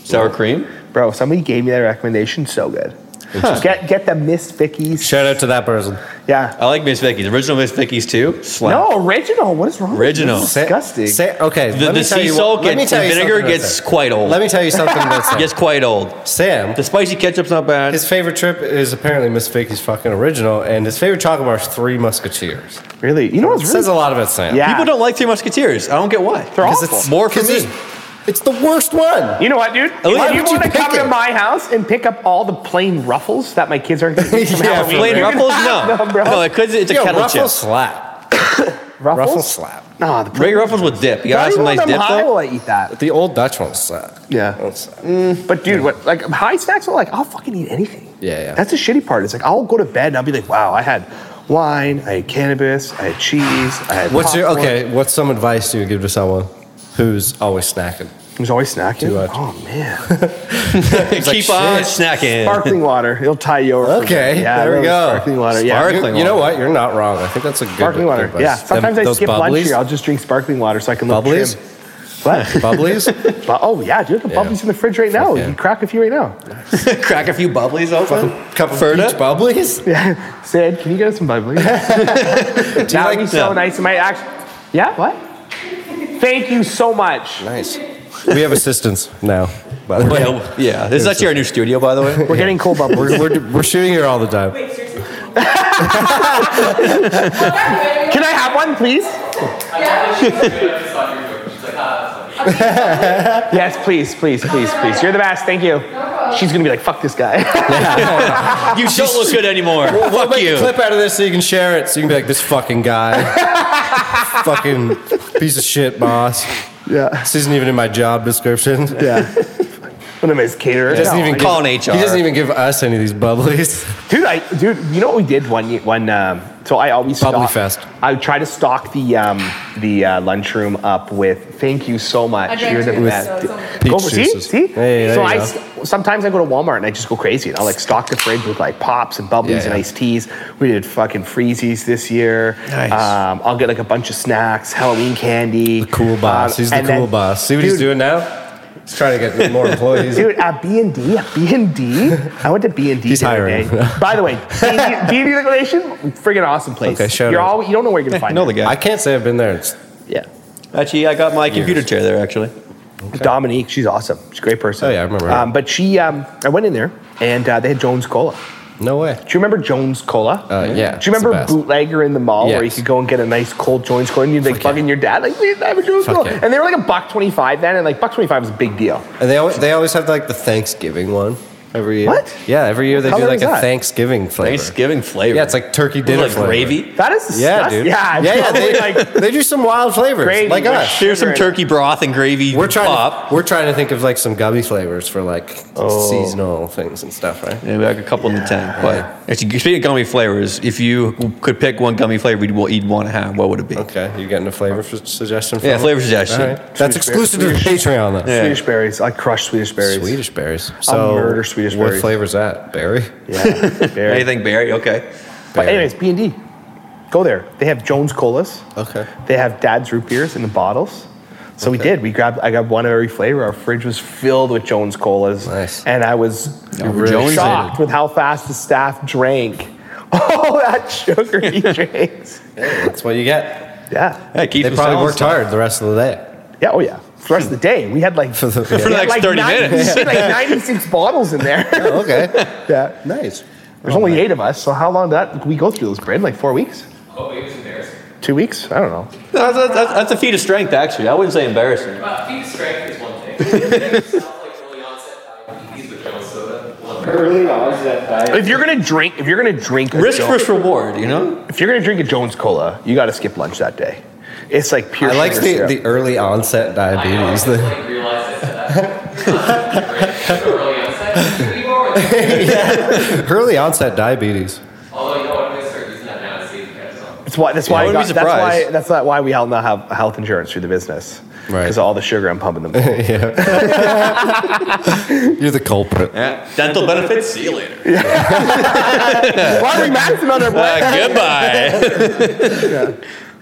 Sour cream.
bro, somebody gave me that recommendation. So good. Get get the Miss Vicky's.
Shout out to that person.
Yeah.
I like Miss Vicky's. Original Miss Vicky's too. Slap.
No, original. What is wrong? with this?
Original.
This is disgusting.
Say, okay.
The,
let me
the
tell
sea
you what-
salt
let me
gets,
tell
the
you
vinegar
something about
gets
Sam.
quite old.
Let me tell you something about Sam.
Gets quite old.
Sam.
The spicy ketchup's not bad.
His favorite trip is apparently Miss Vicky's fucking original, and his favorite chocolate bar is Three Musketeers.
Really? You know what's
It
really
says a lot about Sam.
Yeah.
People don't like Three Musketeers. I don't get why.
They're
Because
awful.
it's
More for
'cause
me.
It's, it's the worst one.
you know what, dude? If
least- Why
you
would you
want to
pick
come to
it?
my house and pick up all the plain ruffles that my kids aren't going to eat from
Yeah,
Halloween,
plain
Plain
you're gonna
ruffles?
have
No.
them, bro.
No, it could, it's a
Yo,
kettle
Ruffles
chip.
slap.
Ruffles?
Ruffles slap.
Nah, the
Ray Ruffles with dip. You gotta have some nice dip
high
though.
will I eat that.
The old Dutch ones slap.
Yeah.
Those slap.
But dude, what like high snacks are like, I'll fucking eat anything.
Yeah, yeah.
That's the shitty part. It's like I'll go to bed and I'll be like, wow, I had wine, I had cannabis, I had cheese, I had
What's your
popcorn.
okay? What's some advice you would give to someone who's always snacking?
There's always snacking.
Too much.
Oh man.
like,
Keep on
shit.
snacking.
sparkling water. It'll tie you over.
Okay,
Yeah,
there we
I love
go.
Sparkling water. Yeah.
You-
Sparkling
you, know
water.
what? You're not wrong. I think that's a good
Sparkling
good
water.
advice.
Yeah. Sometimes
Them-
I
those
skip lunch
bubblies?
here. I'll just drink sparkling water so I can look
Bubblies?
trim. What?
Bubblies?
Bu- oh yeah, dude, the
Yeah.
bubblies in the fridge right now.
Yeah.
You can crack a few right now.
Crack a few bubblies open.
Cup of
Fernet?
peach bubblies?
Yeah. Sid, can you get us some bubblies?
Do you
That
like
would be so
Yeah.
nice. It might actually. Yeah. What? Thank you so much.
Nice. We have assistants now. By the way.
Well, yeah, this is actually our new studio, by the way.
We're getting cold bubbles.
We're, we're, we're shooting here all the time.
Wait, seriously?
Can I have one, please? yes, please, please, please, please. You're the best. Thank you. She's gonna be like, "Fuck this guy."
You don't look good anymore.
We'll
Fuck
make a
you.
clip out of this so you can share it. So you can be like, this fucking guy. fucking piece of shit, boss.
yeah.
This isn't even in my job description. He
Yeah. One of his caterers.
doesn't even
Call
give-
an
He doesn't
HR.
even give us any of these bubblies.
Dude, I dude, you know what we did one ye- one. Um, so I always
Bubbly
stock-
fest.
I would try to stock the um, the uh, lunchroom up with thank you so much.
I drank
You're the
two,
best.
so it's only-
Peach
Go, see,
juices.
see.
Hey, there
so
you
I
go.
s- sometimes I go to Walmart and I just go crazy. And I'll like stock the fridge with like pops and bubblies
Yeah,
and
yeah.
iced teas. We did fucking freezies this year.
Nice.
Um, I'll get like a bunch of snacks, Halloween candy.
The cool boss.
Um,
he's the
and
cool
then-
boss. See what he's
Dude,
doing now? He's trying to get more employees.
Dude, at B and D, at B and D, I went to B and D.
He's hiring.
By the way, B and D Liquidation, friggin' awesome place.
Okay, shout
You're
out.
all you don't know where you're gonna
I
find.
know the
it.
I
guy.
can't say I've been there. It's
Yeah,
Actually, I got my computer chair there, actually.
Dominique, she's awesome. She's a great person.
Oh, yeah, I remember her.
Um, but she, um, I went in there and uh, they had Jones Cola.
no way.
Do you remember Jones Cola?
Uh, yeah,
Do you
it's the
remember
best.
Bootlegger in the mall where you
Yes.
could go and get a nice cold Jones Cola and you'd like
yeah.
bugging your dad like, please, I have a Jones
Fuck
Cola,
yeah.
and they were like a buck twenty five then, and like buck twenty five was a big deal.
And they always, they always have like the Thanksgiving one every year.
What?
Yeah, every year they
color
do like
is
a
that?
Thanksgiving flavor.
Thanksgiving flavor.
Yeah, it's like turkey
With,
dinner
like
flavor.
gravy.
That is
Yeah,
disgusting.
dude.
Yeah,
yeah, yeah.
totally,
They,
like,
they do some wild flavors
Gravy
like
with
us.
There's some
Sugar.
turkey broth and gravy
We're trying
pop.
to we're trying to think of like some gummy flavors for like
Oh.
seasonal things and stuff, right?
Maybe like a couple in the tank. But
Yeah.
actually, speaking of gummy flavors, if you could pick one gummy flavor you'd, well, you'd want to have, what would it be?
Okay, you getting a flavor f- suggestion? From
Yeah,
them?
flavor suggestion.
All right. That's exclusive to the Patreon though.
Yeah.
Swedish berries. I crush Swedish berries.
Swedish berries. So
murder Swedish
what
berries.
flavor's that? Berry.
Yeah, berry.
Anything berry? Okay.
But
Berry.
anyways, B and D, go there. They have Jones Colas.
Okay.
They have Dad's root beers in the bottles. So we
Okay.
did. We grabbed. I grabbed one of every flavor. Our fridge was filled with Jones Colas.
Nice.
And I was
You're really
shocked
excited.
with how fast the staff drank. Oh, that sugar he drinks.
That's what you get.
Yeah.
Hey, keep
They probably worked hard the rest of the day.
Yeah. Oh yeah. For the rest of the day, we had like
For the-
we
For
had
like 30
90
minutes.
we had like ninety-six bottles in there.
Oh, okay.
yeah.
nice.
There's only eight of us, so how long did that we go through those, Brad? Like four weeks?
Oh, it was embarrassing.
Two weeks? I don't know.
That's, that's- that's a feat of strength, actually. I wouldn't say embarrassing.
But feet strength is one thing. Early onset diabetes with no soda. Early onset diabetes.
If you're gonna drink, if you're gonna drink, a
Risk
Jo-
versus reward, you know?
if you're gonna drink a Jones Cola, you got to skip lunch that day. It's like pure.
I like
sugar
the,
syrup.
the early onset
I know, I
diabetes.
just
The,
like realized that. Early onset. We more with
early onset diabetes.
Although, you know what, I'm going to start using that now to see if you guys don't.
That's why. That's why.
I
I
wouldn't
got,
be
that's why.
surprised.
That's not why we all now have health insurance through the business.
Right.
Because all the sugar I'm pumping them.
yeah. You're the culprit.
Yeah. Dental benefits? See you later.
why are we maxing on our blood?
Uh, goodbye.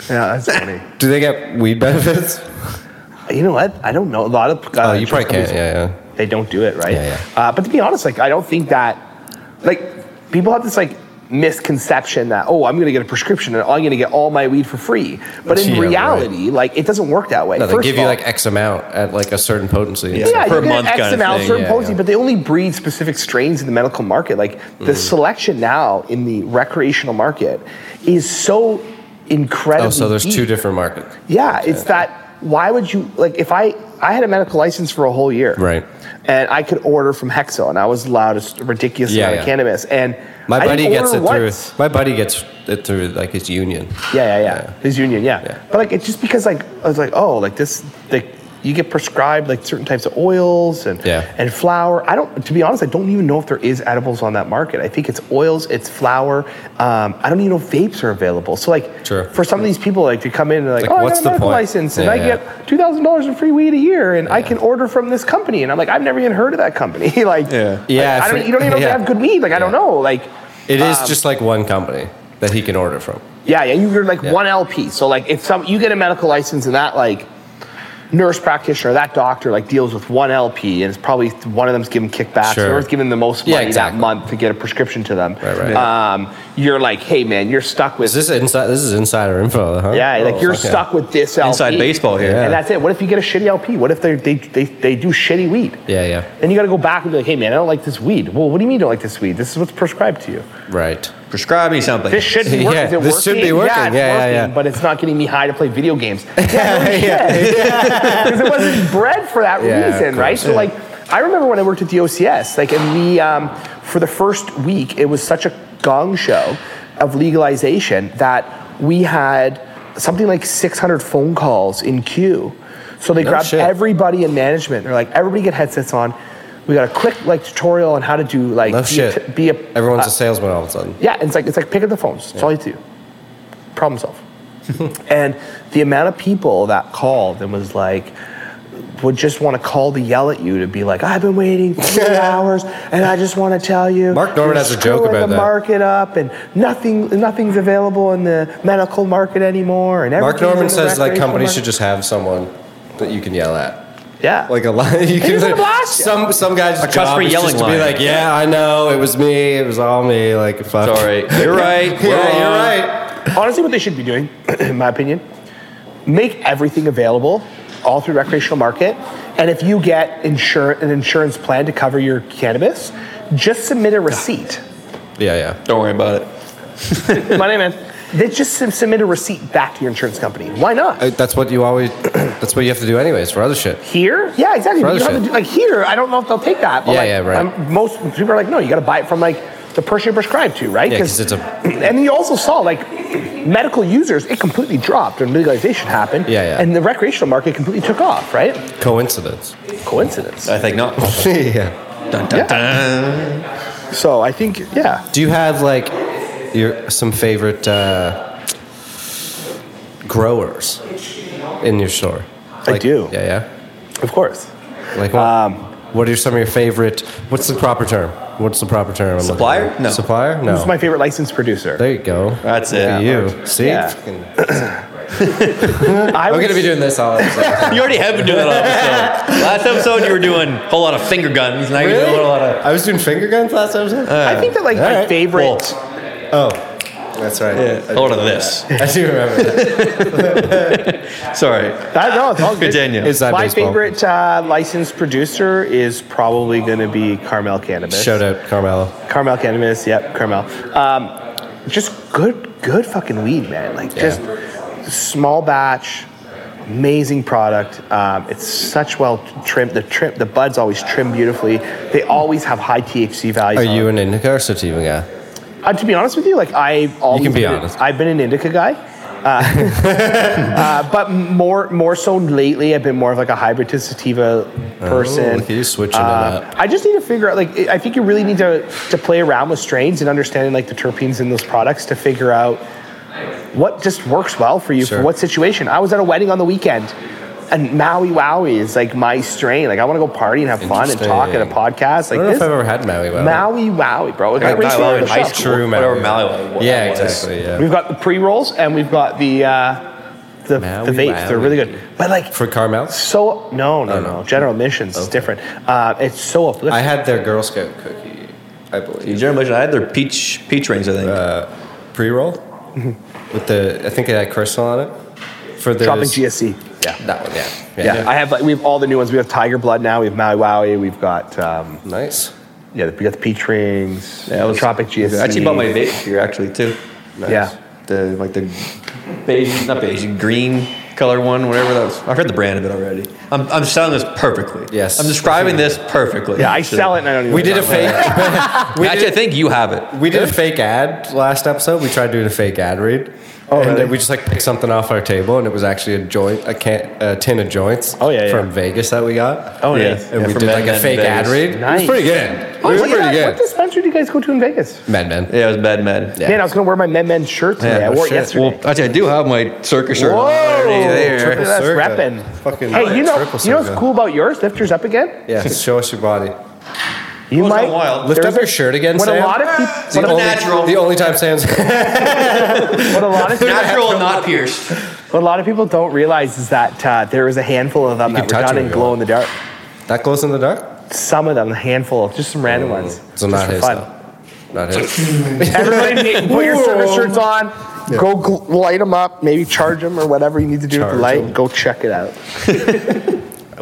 Yeah, that's funny.
Do they get weed benefits?
You know what? I don't know. A lot of uh,
Oh, Uh, you probably
companies-
can't. Yeah, yeah.
they don't do it right.
Yeah,
Uh, but to be honest, like I don't think that, like people have this like misconception that oh I'm going to get a prescription and I'm going to get all my weed for free. But in
Yeah, right.
reality, like it doesn't work that way.
No, they
First
give
of
you
all-
like X amount at like a certain potency. and
Yeah.
stuff.
yeah,
per
you get
month
X
kind of
amount
thing,
certain
yeah,
potency,
yeah.
but they only breed specific strains in the medical market. Like the
Mm-hmm.
selection now in the recreational market is so incredibly.
Oh, so there's two
deep.
different markets.
Yeah, it's that. Why would you like if I I had a medical license for a whole year?
Right.
and I could order from Hexo, and I was allowed a ridiculous
Yeah,
amount
yeah.
of cannabis. And
My
I didn't
buddy gets
order
it
once.
through. My buddy gets it through like his union.
Yeah, yeah, yeah. His union, yeah.
Yeah.
But like, it's just because like I was like, oh, like this, like you get prescribed like certain types of oils and
Yeah.
and flour. I don't, to be honest, I don't even know if there is edibles on that market. I think it's oils, it's flour. Um, I don't even know if vapes are available. So like,
Sure.
for some of these people, like to come in and like,
Like,
oh,
what's
I got a
the
medical
point?
license and
Yeah,
I
yeah.
get two thousand dollars in free weed a year, and I can order from this company. And I'm like, I've never even heard of that company. like,
Yeah.
Yeah,
I, I
for-
don't, e, you don't even know
yeah.
if they have good weed. Like, I don't know. Like.
It is
Um,
just like one company that he can order from.
Yeah, yeah, you- you're like
Yeah.
one LP. So like if some you get a medical license and that like nurse practitioner, that doctor like deals with one LP and it's probably th- one of them's giving kickbacks,
Sure.
the other's giving the most
Yeah,
money
exactly.
that month to get a prescription to them.
Right, right.
Um, you're like, hey man, you're stuck with
Is this inside? This is insider info, huh?
yeah, like
Oh,
you're
okay.
stuck with this LP.
Inside baseball here.
Yeah.
And that's it. What if you get a shitty LP? What if they they, they, they do shitty weed?
Yeah, yeah.
Then you got to go back and be like, hey man, I don't like this weed. Well, what do you mean you don't like this weed? This is what's prescribed to you.
Right.
Prescribe me something.
This should be
Yeah,
working. Is it
this should be
Yeah,
working.
it's
Yeah, yeah,
working,
yeah.
But it's not getting me high to play video games. Because it wasn't bred for that
Yeah, of
reason, right?
course,
So,
yeah.
like, I remember when I worked at the OCS, like, and we, um, for the first week, it was such a gong show of legalization that we had something like 600 phone calls in queue. So they
No
grabbed
shit.
everybody in management. They're like, everybody get headsets on. We got a quick like tutorial on how to do like
No
be, A,
shit.
t- be a
Everyone's
uh,
a salesman all of a sudden.
yeah, and it's like it's like pick up the phones. It's all you do. Problem solve. and the amount of people that called and was like would just want to call to yell at you to be like, I've been waiting for two hours, and I just want to tell you.
Mark Norman
you're
has a joke
screwing
about
the
that.
market up, and nothing, nothing's available in the medical market anymore. And
Mark
everything's in
Norman
the
says like
recreational
companies
market."
should just have someone that you can yell at.
yeah,
Like a line, you
doesn't
can
blast you.
some some guys a
customer yelling
just to be
line.
like, yeah, I know, it was me, it was all me. Like, fuck.
Sorry. You're right.
Yeah,
We're
you're
wrong.
right.
honestly, what they should be doing, in my opinion, make everything available all through recreational market. And if you get insur- an insurance plan to cover your cannabis, just submit a receipt.
Yeah, yeah.
Don't worry about it.
my name, man. They just sub- submit a receipt back to your insurance company. Why not?
Uh, That's what you always. that's what you have to do anyways for other shit.
here? Yeah, exactly. But you don't have to do,
Brothership.
like here, I don't know if they'll take that. But
Yeah,
like,
yeah, right.
I'm- most people are like, no, you got to buy it from like the person you're prescribed to, right?
Yeah, 'cause it's a-
And you also saw like medical users, it completely dropped when legalization happened.
Yeah, yeah.
And the recreational market completely took off, right?
Coincidence.
Coincidence.
I think not.
yeah.
Dun, dun, dun.
So I think, yeah.
Do you have like your some favorite uh, growers in your store?
I
Like-
do.
Yeah,
Of course.
yeah. Like what?
Um,
what are some of your favorite? What's the proper term? What's the proper term? I'm looking
Supplier?
for?
No.
Supplier? No.
Who's my favorite licensed producer?
there you go.
That's
Look
it.
at you see?
Yeah.
Fucking-
I
I'm
would
gonna be doing this all episode.
You already have been doing that all episode. Last episode, you were doing a whole lot of finger guns. Now you're doing a whole lot of.
I was doing finger guns last episode.
I think that like my
Alright.
favorite.
Well,
oh, that's right.
a whole lot of this.
I do remember. That.
Sorry.
I don't know. It's all good.
Continue.
It's that
my
baseball.
favorite uh, licensed producer is probably going to be Carmel Cannabis.
Shout out Carmelo.
Carmel Cannabis. Yep, Carmel. Um, just good, good fucking weed, man. Like just small batch, amazing product. Um, it's such well trimmed. The trim, the buds always trim beautifully. They always have high THC values.
Are
on
you
them.
an indica or sativa guy?
Uh, to be honest with you, like I always
be
been-
honest.
I've been an indica guy, uh, uh, but more more so lately, I've been more of like a hybrid to sativa person. Uh,
look at you Oh, switching it up.
I just need to figure out. Like, I think you really need to to play around with strains and understanding like the terpenes in those products to figure out what just works well for you
Sure.
for what situation. I was at a wedding on the weekend. And Maui Wowie is like my strain. Like I want to go party and have fun and talk at a
Interesting.
podcast.
I
Like
don't know
this,
if I've ever had Maui. Wow.
Maui Wowie, bro. Like,
Like
I reached out to
Maui Wowie
the
in high
shop.
school. True, whatever Maui was.
Yeah,
That was.
exactly. Yeah.
We've got the pre rolls and we've got the uh, the,
Maui
the vapes. They're really good.
Maui.
But like
For Carmel,
so no no
no.
no General Missions is different. Uh, it's so uplifting.
I had their Girl Scout cookie, I believe.
Generation, I had their peach peach rings, I think.
Pre roll Mm-hmm. with the I think it had crystal on it for the
Dropping GSC. Yeah.
That one, yeah,
Yeah, I have like we have all the new ones. We have Tiger Blood now. We have Maui Wowie. We've got um,
nice.
yeah, we got the peach rings.
Yeah, it was-
Tropic GSC.
I actually bought my vape here, actually, too.
nice.
Yeah,
The, like the beige, not beige, green color one, whatever that was. I've heard the brand of it already. I'm, I'm selling this perfectly.
Yes.
I'm describing this perfectly.
Yeah, I sell it and I don't even
We did a
talk about
fake. we,
Actually, I
did,
think you have it.
we did a fake ad last episode. We tried doing a fake ad read.
Oh,
and
really?
then we just like picked something off our table, and it was actually a joint, a, can, a tin of joints.
Oh, yeah, yeah.
from Vegas that we got.
Oh, yeah.
Yeah.
and
yeah,
we
from
did
Mad
like a
Men
fake ad
Vegas.
read. It was
Nice.
pretty good. it was
what,
pretty
Oh, what
good.
dispensary do you guys go to in Vegas?
Mad Men.
Yeah, it was Bad Med.
Yeah.
Man, I was gonna wear my Med Men shirt today. I
no
wore it
shit.
yesterday.
Well, actually, I do have my circus shirt. on already
Whoa!
there.
That's
Circa.
repping.
Fucking
hey, you know,
triple
you know what's
circa.
cool about yours? Lift yours up again.
Yeah, show us your body.
You
Goes
might
on wild.
Lift
there's
up your
a-
shirt again,
When
Sam.
a lot of
It's the,
people, when,
only,
natural.
the only time Sam's
a- when a lot of people,
Natural and not pierced.
what a lot of people don't realize is that uh, there was a handful of them
You can
that were
touch
done
them
in
if you
glow in
want.
the dark.
that glows in the dark.
Some of them, a handful, just some random ones.
So
just
not
for
his.
fun.
though. Not his.
Everybody, put your service shirts on. Go gl- light them up. Maybe charge them or whatever you need to do with
Charge
the light.
'em.
Go check it out.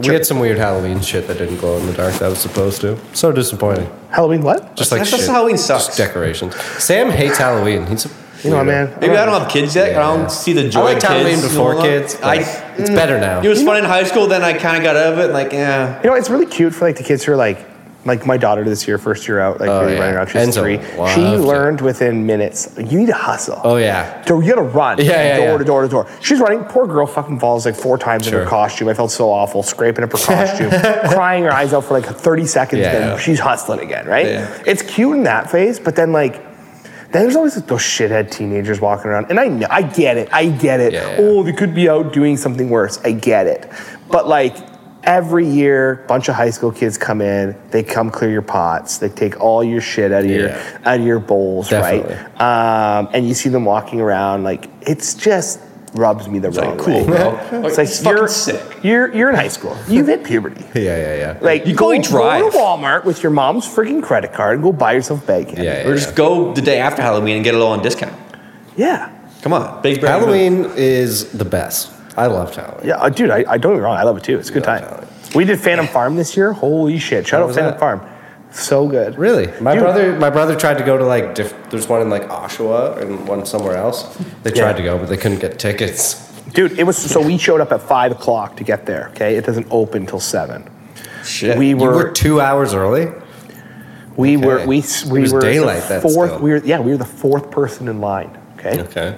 we had some weird Halloween shit that didn't glow in the dark. That was supposed to. So disappointing.
Halloween what?
Just like
That's- that's
shit.
Halloween
Just
sucks.
decorations. Sam hates Halloween. He's a
You know,
weirdo.
man.
Maybe I don't have kids yet. I
Yeah.
don't see the
I
joy.
liked
of kids,
Halloween
you
before
know?
kids. but
I,
it's
Mm.
better now.
it was fun in high school. Then I kind of got out of it. Like, yeah.
You know, it's really cute for like the kids who are like, like my daughter this year, first year out, like
Oh,
really
yeah.
running around. She's
Enzo
three.
loved
She
it.
learned within minutes. You need to hustle.
Oh yeah.
So you gotta run
Yeah, yeah,
door
yeah.
to door to door. She's running. Poor girl fucking falls like four times in
Sure.
her costume. I felt so awful, scraping up her costume, crying her eyes out for like 30 seconds.
Yeah,
then
yeah.
she's hustling again, right?
Yeah.
It's cute in that phase, but then like, then there's always those shithead teenagers walking around, and I know, I get it, I get it.
Yeah, yeah.
Oh, they could be out doing something worse. I get it, but like. Every year, bunch of high school kids come in. They come clear your pots. They take all your shit out of your
Yeah.
out of your bowls,
Definitely.
right? um, and you see them walking around like it's just rubs me the wrong
Like, cool,
way.
bro.
It's like
fucking
you're
sick.
You're you're in high school. You've hit puberty.
Yeah, yeah, yeah.
Like
You go and
Go
drive.
to Walmart with your mom's freaking credit card and go buy yourself a bag.
yeah, yeah,
Or
yeah.
just go the day after Halloween and get it all on discount.
yeah.
Come on, big brand.
Halloween is the best. I loved Halloween.
Yeah, uh, dude, I, I don't get me wrong. I love it too. It's a good
love
time.
Halloween.
We did Phantom Farm this year. Holy shit! Shout
How
out
was
Phantom
that?
Farm. So good.
Really? My
Dude.
brother my brother tried to go to like diff- there's one in like Oshawa and one somewhere else. They
Yeah.
tried to go but they couldn't get tickets.
Dude, it was so we showed up at five o'clock to get there. Okay, it doesn't open till seven.
Shit.
We
You were, 2 hours early?
We were
Okay.
we
It
we
was
were
daylight
the
then
fourth.
still.
We were yeah we were the fourth person in line. Okay.
Okay.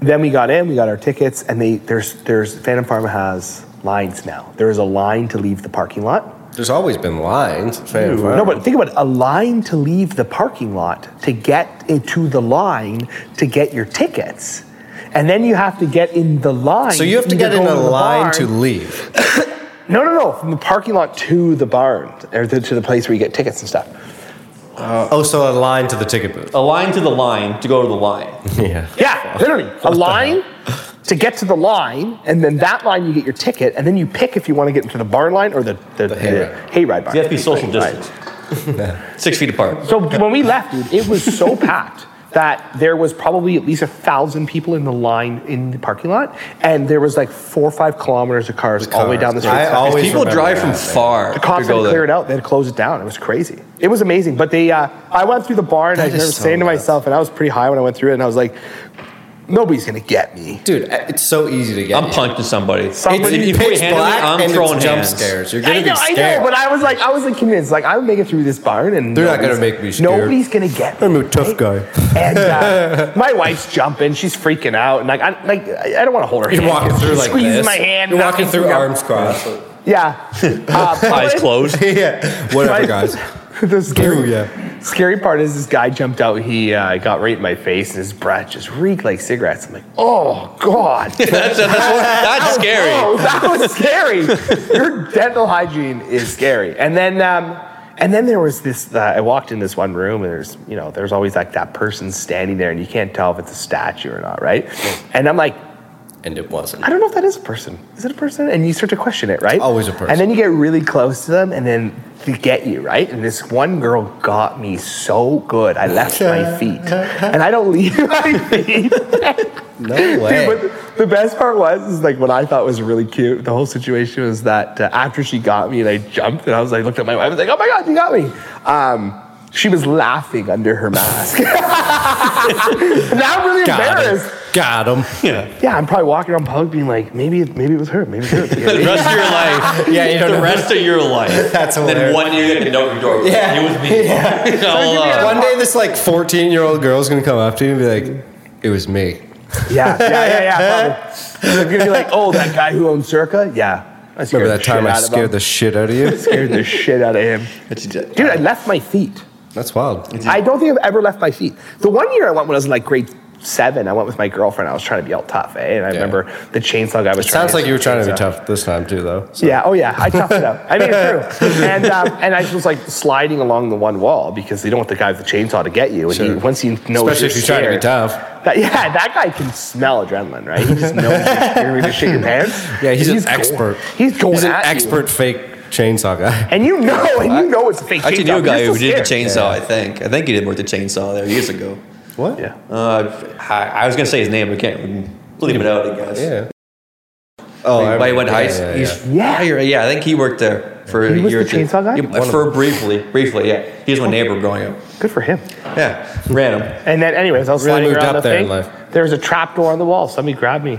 Then we got in, we got our tickets, and they there's there's Phantom Pharma has lines now. There is a line to leave the parking lot.
There's always been lines.
No, but think about it, a line to leave the parking lot to get into the line to get your tickets. And then you have to get in the line.
so you have to
either
get in
go
a
the
line
barn-
to leave.
No, no, no. From the parking lot to the barn, or to, to the place where you get tickets and stuff.
Oh, so a line to the ticket booth.
a line to the line to go to the line.
Yeah.
Yeah, literally. A line to get to the line, and then that line you get your ticket, and then you pick if you want to get into the barn line or the, the, the
hayride.
hayride barn.
You have to be social
Right.
distance. Six feet apart.
So when we left, dude, it was so packed that there was probably at least a thousand people in the line in the parking lot, and there was like four or five kilometers of cars, all the way down the street.
I always
People
remember
drive
that,
from
man.
far
The cops
to
had
go
to clear it
there.
out. They had to close it down. It was crazy. It was amazing. But they, uh, I went through the bar and I
That is
remember
so
saying to
nuts.
myself, and I was pretty high when I went through it, and I was like, nobody's gonna get me.
Dude, eh, it's so easy to get.
I'm punching somebody.
Somebody-
If- if you
It's
put
pitch
your hand in
black
there, I'm
and
throwing
it's jump
hands.
scares. You're gonna
I know,
be
I
scared.
know, but I was like, I was like convinced, like I would make it through this barn, and
They're not gonna
nobody's-
make me scared.
Nobody's gonna get me.
I'm a tough guy.
And uh, my wife's jumping, she's freaking out, and like, I like, I I don't want to hold her.
You're
hand.
walking through
She's
like
squeezing
this.
my hand.
You're walking
knocking
through
me up.
arms crossed.
Yeah. Uh, but
Eyes
what-
closed.
yeah. Whatever,
my-
guys.
the scary,
Ooh, yeah.
scary part is this guy jumped out. He uh, got right in my face, and his breath just reeked like cigarettes. I'm like, oh god.
That's, that's, that's
Oh,
scary.
that was scary. Your dental hygiene is scary. And then, um, and then there was this. Uh, I walked in this one room, and there's, you know, there's always like that person standing there, and you can't tell if it's a statue or not, right? And I'm like,
And it wasn't.
I don't know if that is a person. Is it a person? And you start to question it, right?
Always a person.
And then you get really close to them, and then they get you, right? And this one girl got me so good, I left my feet, and I don't leave my feet.
No
Dude,
way.
but the best part was, is like what I thought was really cute. The whole situation was that uh, after she got me and I jumped and I was like, looked at my wife, I was like, oh my God, you got me. Um, she was laughing under her mask. and I'm really
Got her.
embarrassed.
Got him.
Yeah.
Yeah, I'm probably walking around public being like, maybe it, maybe it was her. Maybe it was her. You know what I mean?
The rest of your life.
Yeah, you don't
The
know.
rest of your life.
That's
Then
hilarious.
one year you're gonna know your door.
Yeah.
It was me. I'll, uh,
One day, this like 14 year old girl's gonna come up to you and be like, "It was me."
yeah, yeah, yeah, yeah. Probably. They're gonna be like, oh, that guy who owns Circa. Yeah, I scared
Remember that
the
time
shit
I
out of
scared
him.
the shit out of you?
scared the shit out of him.
it's-
Dude, I left my feet.
That's wild.
I don't think I've ever left my feet. The one year I went when I was in like grade seven, I went with my girlfriend. I was trying to be all tough, eh? And I
Yeah.
remember the chainsaw guy was.
It
trying
sounds like you were trying to be
chainsaw.
tough this time too, though. So-
Yeah. Oh yeah. I toughed it out. I mean, it's true. And um, and I was like sliding along the one wall because they don't want the guy with the chainsaw to get you. And he,
Sure.
once he knows,
Especially if you're trying to be
scared-
tough.
That, yeah, that guy can smell adrenaline, right? He just knows you're scared. You just shake your pants.
Yeah, he's, an
going-
expert.
he's going
He's an
at you.
expert fake chainsaw guy.
And you know, and you know it's a fake chainsaw.
I actually knew a
but you're
guy who
still
did the
scared.
chainsaw. I think. I think he did work the chainsaw there years ago.
What?
Yeah.
Uh, I, I was gonna say his name, but I can't leave it out. I guess.
Yeah. Oh, I
Why he went
remember.
high
Yeah,
school?
yeah,
He's
yeah.
Yeah.
yeah. you're right. yeah, I think he worked there for
He
a
was
year
the
or two.
chainsaw guy?
Yeah,
One of
for briefly, briefly, yeah. He was my neighbor growing up.
Good for him.
Yeah, random.
And then, anyways, I was
Really
sliding
moved
around
up
the
there in
thing.
life.
There was a trap door on the wall. Somebody grabbed me.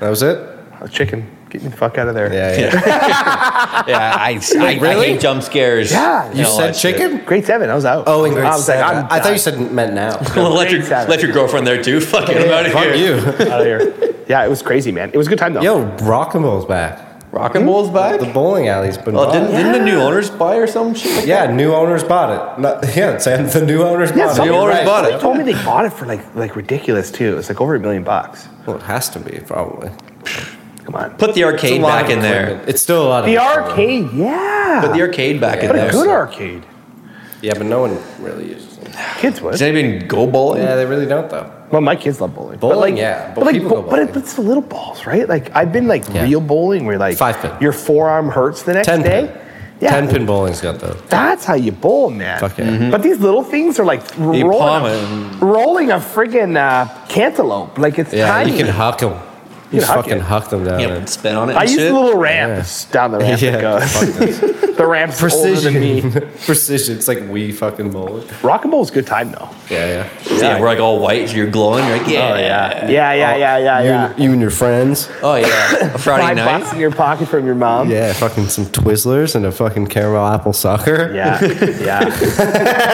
That was it?
A chicken. Get me the fuck out of there.
Yeah, yeah.
Yeah, I, I, I
really?
hate jump scares.
Yeah.
and
You
all
said
that shit.
chicken?
Grade seven. I was out.
Oh, in grade
I was like,
seven.
I'm
I thought you
done.
said meant now.
Well, let your
Grade seven.
let your girlfriend there too. Fuck it, I'm out of
Fuck
here.
you.
out of here. Yeah, it was crazy, man. It was a good time though.
Yo, Rock and Roll's back.
Rock and roll's back.
The bowling alley's been
Well,
bought.
Oh, didn't, didn't the new owners buy or some shit? Like
Yeah, new owners bought it. Not, yeah, it's and the new owners
Yeah,
bought it.
somebody-
New owners
Right.
bought
They
it.
told me they bought it for like like ridiculous too. It was like over a million bucks.
Well, it has to be, probably.
Come on.
Put the
It's a
arcade
lot of
back in there.
equipment. It's still a lot of
The
equipment.
arcade, yeah.
Put the arcade back in
but
there.
a good arcade.
Yeah, but no one really uses it.
Kids would.
Does anybody even go bowling?
Yeah, they really don't, though.
Well, my kids love bowling.
Bowling,
but like,
yeah.
But like,
People go
bo- but, it,
bowling.
but it's the little balls, right? Like I've been like
Yeah.
real bowling where like
Five pin.
your forearm hurts the next
Ten
day.
pin. Ten pin bowling's got those.
That's how you bowl, man. Mm-hmm.
Fuck yeah. Mhm.
But these little things are like rolling,
palm it
a,
and-
rolling a friggin' uh, cantaloupe. Like it's
Yeah,
tiny.
you can huck them. You,
can
just
huck
fucking
it.
huck them down.
Yep,
there.
spin on it.
I
and
use
shit.
the little ramps down the ramp. that
fuck
goes.
this.
the ramp's Precision. older than me.
Precision. Precision. It's like we fucking bowling.
Rock and bowl's a good time though. Oh,
Yeah, yeah.
Yeah, we're like all white, so you're glowing. You're like,
Oh,
yeah,
Yeah, yeah, yeah, yeah,
you,
yeah.
And, you and your friends.
Oh yeah, a Friday
Five
night.
bucks in your pocket from your mom.
Yeah, fucking some Twizzlers and a fucking caramel apple sucker.
Yeah, yeah.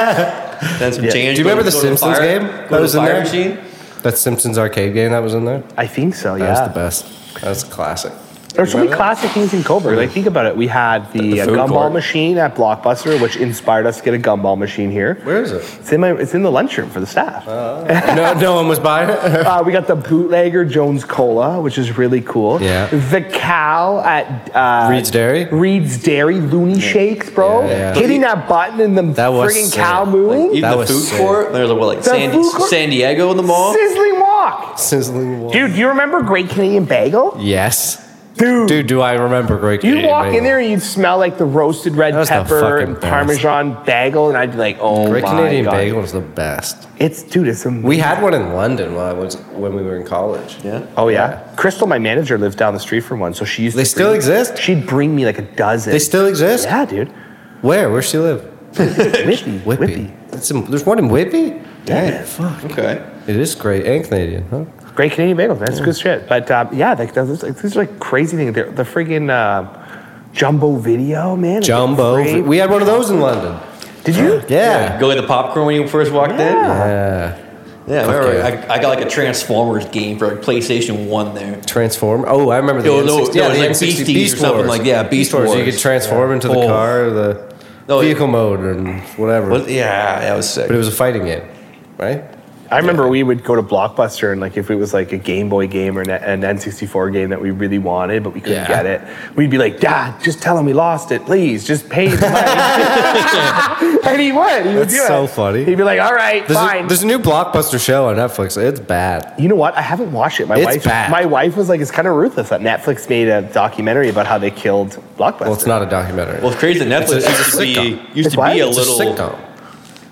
Then some change.
Do you remember
go to-
the
go to
Simpsons
fire-
game
go
that
to the
was in
fire
there?
Machine.
That Simpsons arcade game that was in there.
I think so.
That
Yeah.
was the best. That was a classic.
There's so many
Remember
classic things in Coburg. Like think about it. We had the,
The
uh,
food
gumball
court.
machine at Blockbuster, which inspired us to get a gumball machine here.
Where is it?
It's in my. It's in the lunchroom for the staff.
Oh. no, no one was buying it.
Uh, we got the bootlegger Jones Cola, which is really cool.
Yeah.
The cow at uh,
Reed's Dairy?
Reed's Dairy Looney Shakes, bro.
Yeah, yeah.
Hitting that button and the
That was
friggin'
sick.
cow
Like,
mooing.
Even
That
the
was
food
sick.
court. There's a what, like
The
San,
food court?
San Diego in the mall.
Sizzling walk.
Sizzling water.
Dude, do you remember Great Canadian Bagel?
Yes.
Dude.
Dude, do I remember Great
You'd
Canadian
walk
Bagel.
in there and you'd smell like the roasted red
That was the
pepper
fucking
and
best.
Parmesan bagel, and I'd be like, "Oh
Great
my
Canadian
god!"
Bagel was the best.
It's dude, it's amazing.
We had one in London while I was when we were in college.
Yeah.
Oh yeah, Crystal, my manager, lives down the street from one, so she used.
They
to
still
bring-
exist?
She'd bring me like a dozen.
They still exist?
Yeah, dude.
Where? Where she live?
Whippy,
Whitby.
Whippy.
That's in, there's one in Whitby?
Yeah.
fuck.
Okay.
It is great and Canadian, huh?
Great Canadian bagel. That's good shit. But um, yeah, like that was, like, these are like crazy things. They're- The friggin' uh, jumbo video, man. Like,
Jumbo.
free-
We had one of those in London.
Did you?
Yeah.
Go get the popcorn when you first walked in.
Yeah.
Yeah, I remember
Fuck
I, I got like a Transformers game for like PlayStation One there.
Transform. Oh, I remember the
No,
N60.
no,
yeah,
no,
the
it was like
N60
Beasties or something like- yeah, Beast
You
Wars.
could transform into the
Oh.
car, the
No, it-
vehicle mode, and whatever.
But yeah, that was sick.
But it was a fighting game, right?
I remember we would go to Blockbuster and like if it was like a Game Boy game or an an N64 game that we really wanted but we couldn't
Yeah.
get it, we'd be like, Dad, just tell him we lost it, please, just pay the money. and he would. He would
That's
do it.
so funny.
He'd be like, All right,
There's,
fine.
A, there's a new blockbuster show on Netflix. It's bad.
you know what? I haven't watched it. My
It's
wife,
bad.
my wife was like, "It's kind of ruthless." That Netflix made a documentary about how they killed Blockbuster.
Well, it's not a documentary.
well, it's crazy that
It's a-
Netflix
it's a
used to be
sitcom.
used
It's
to
what?
be a
It's
it's
little.
a sitcom.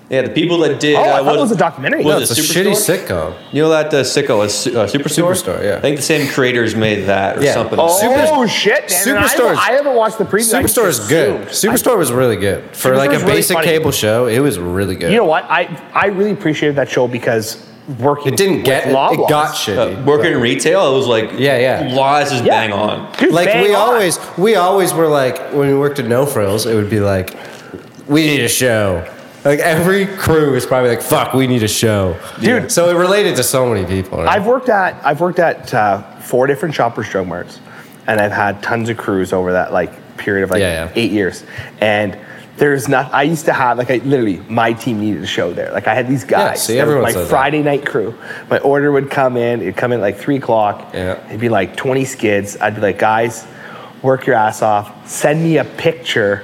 Yeah, the people that did.
Oh, I
uh,
thought
what-
it was a documentary.
Was
No,
it
It's a
Superstore?
shitty sitcom.
You know that uh, sicko uh, su- uh, superstore?
Superstore, yeah.
I think the same creators made that or
Yeah.
something.
Oh
Super-
shit! man. And I haven't-
Superstore-
I, haven't watched the preview. I
Superstore is good.
assumed.
Superstore was really good for like
Superstore's
a
really
basic
funny.
cable show. It was really good.
You know what? I I really appreciated that show because working.
It didn't get. It,
with Loblaws.
it got
Uh,
shitty.
working in retail, it was like
Yeah, yeah.
Laws is
Yeah.
bang on.
Dude,
like
bang
we
on.
always we always were like when we worked at No Frills, it would be like we need a show. Like every crew is probably like, "Fuck, we need a show,
Dude.
So it related to so many people. Right?
I've worked at I've worked at uh, four different Shoppers Drug Marts, and I've had tons of crews over that like period of like
Yeah, yeah.
eight years. And there's not. I used to have like I literally my team needed a show there. Like I had these guys.
see,
They were
everyone
my
says that.
Friday night crew. My order would come in. It'd come in at like three o'clock.
Yeah.
It'd be like twenty skids. I'd be like, guys, work your ass off. Send me a picture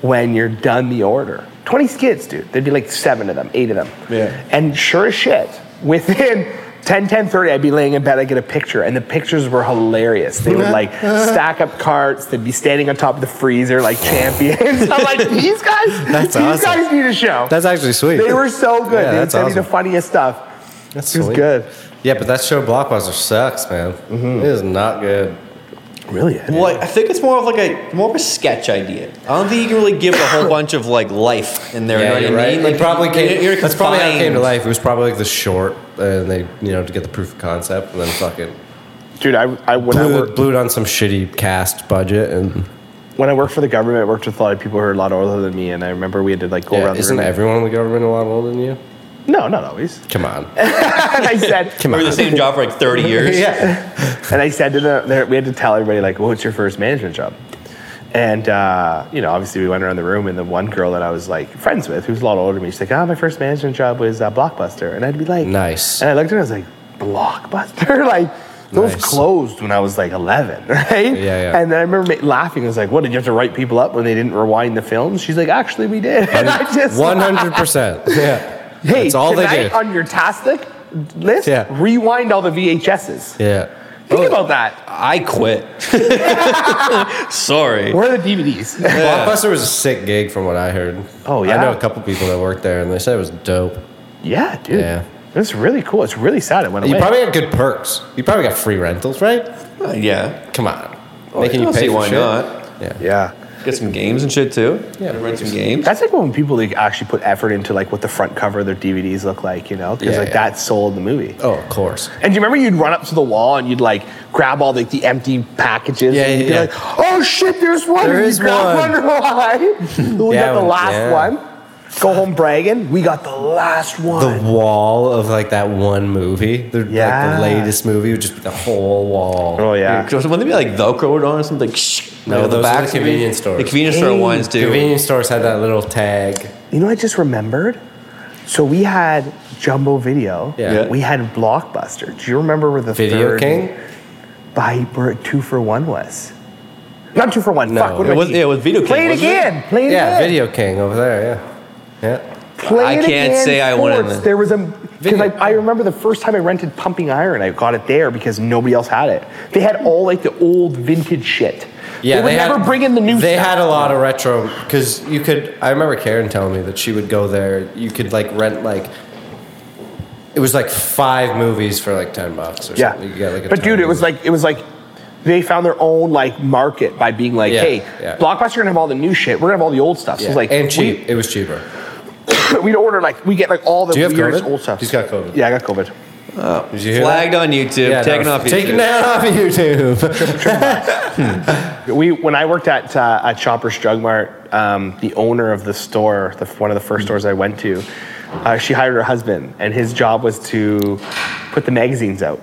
when you're done the order. Twenty skids, dude. There'd be like seven of them, eight of them.
Yeah.
And sure as shit, within 10, 10, 30, I'd be laying in bed, I'd get a picture, and the pictures were hilarious. They would like stack up carts, they'd be standing on top of the freezer like champions. I'm like, these guys,
That's
these
awesome.
guys need a show.
that's actually sweet.
they were so good.
Yeah,
they would
that's
send me
awesome.
the funniest stuff.
That's
It was
sweet.
good.
Yeah, but that show Blockbuster sucks, man. It is not good.
Really?
Well, I think it's more of like a more of a sketch idea. I don't think you can really give a whole bunch of like life in there.
Yeah,
you
you're
know what I
right.
mean?
It probably came.
you're
that's probably how it came to
confined.
life. It was probably like the short, uh, and they you know to get the proof of concept, and then fucking
Dude, I, I, when, I
blew,
worked,
it, blew it on some shitty cast budget, and
when I worked for the government, I worked with a lot of people who are a lot older than me, and I remember we had to like go
yeah,
around the
isn't
room.
everyone in the government a lot older than you?
no, not always.
Come on.
and I said,
Come
We were
on.
the same job for like 30 years.
yeah.
And I said to them, there- we had to tell everybody, like, well, what's your first management job? And, uh, you know, obviously we went around the room, and the one girl that I was, like, friends with, who's a lot older than me, she's like, oh, my first management job was uh, Blockbuster. And I'd be like,
Nice.
And I looked at her, I was like, Blockbuster? like, those
Nice.
closed when I was like 11, right?
yeah.
And then I remember ma- laughing. I was like, what, did you have to write people up when they didn't rewind the films? She's like, actually, we did. And I just,
One hundred percent. Yeah.
hey,
that's all they
tonight
do.
on your Tastic list,
Yeah. Oh.
rewind all the VHSs.
yeah.
Think about that.
I quit. Sorry.
Where are the DVDs?
Blockbuster was a sick gig from what I heard.
Oh,
I
yeah?
know a couple people that worked there, and they said it was dope.
yeah, dude.
Yeah.
It was really cool. It's really sad it went
You
away.
probably had good perks. You probably got free rentals, right?
Uh, yeah.
Come on,
Oh,
I
making you
don't
pay
see
for
why
shit?
not.
Yeah.
yeah.
Get some games and shit too.
Yeah.
Rent some games.
That's like when people like actually put effort into like what the front cover of their DVDs look like, you know? Because
Yeah,
like
yeah.
that sold the movie.
Oh, of course.
And do you remember you'd run up to the wall and you'd like grab all like the empty packages
Yeah,
and
yeah,
you'd be
yeah.
like, oh shit, there's one.
There
And
is
you grab
one.
one line. we
Yeah,
got the last
yeah.
one. Go home bragging. We got the last
The
one.
wall of like that one movie, the, like
Yeah.
the latest movie, would just be the whole wall.
oh yeah.
Because Wouldn't they be like Velcroed on or something? Like, shh,
No,
like,
those are the
backs would be-
convenience stores.
The convenience store
Hey.
ones do.
Convenience stores had that little tag.
You know, I just remembered. So we had Jumbo Video.
Yeah.
Yeah.
We had Blockbuster. Do you remember where the
Video
third
King?
buy per- two for one was? Not two for one.
No.
Fuck. What
It
am I
was-
thinking?
it was Video King,
Play it
wasn't it?
again. Play it
Yeah,
again.
Video King over there. Yeah. Yeah.
Play
I
it
can't
again
say I
Sports.
wanted to-
There was a because
Video-
I, I remember the first time I rented Pumping Iron. I got it there because nobody else had it. They had all like the old vintage shit.
Yeah,
they would
had-
never bring in the new.
They
stuff.
had a lot of retro because you could. I remember Karen telling me that she would go there. You could like rent like. It was like five movies for like ten bucks or
Yeah.
something. You got, like, a
but
ton
dude,
of
it was
movies.
like it was like they found their own like market by being like,
Yeah,
hey,
yeah.
Blockbuster gonna have all the new shit. We're gonna have all the old stuff. So
Yeah.
it's like
and cheap. it was cheaper.
We, we'd order like we get like all the
Do you have
weirdest
COVID?
old stuff.
He's got COVID.
Yeah, I got COVID.
Did you hear
Flagged on YouTube.
that? Yeah,
taken
no,
off YouTube.
Taken that off YouTube.
We when I worked at uh, at Shoppers Drug Mart, um, the owner of the store, the, one of the first stores I went to, uh, she hired her husband, and his job was to put the magazines out.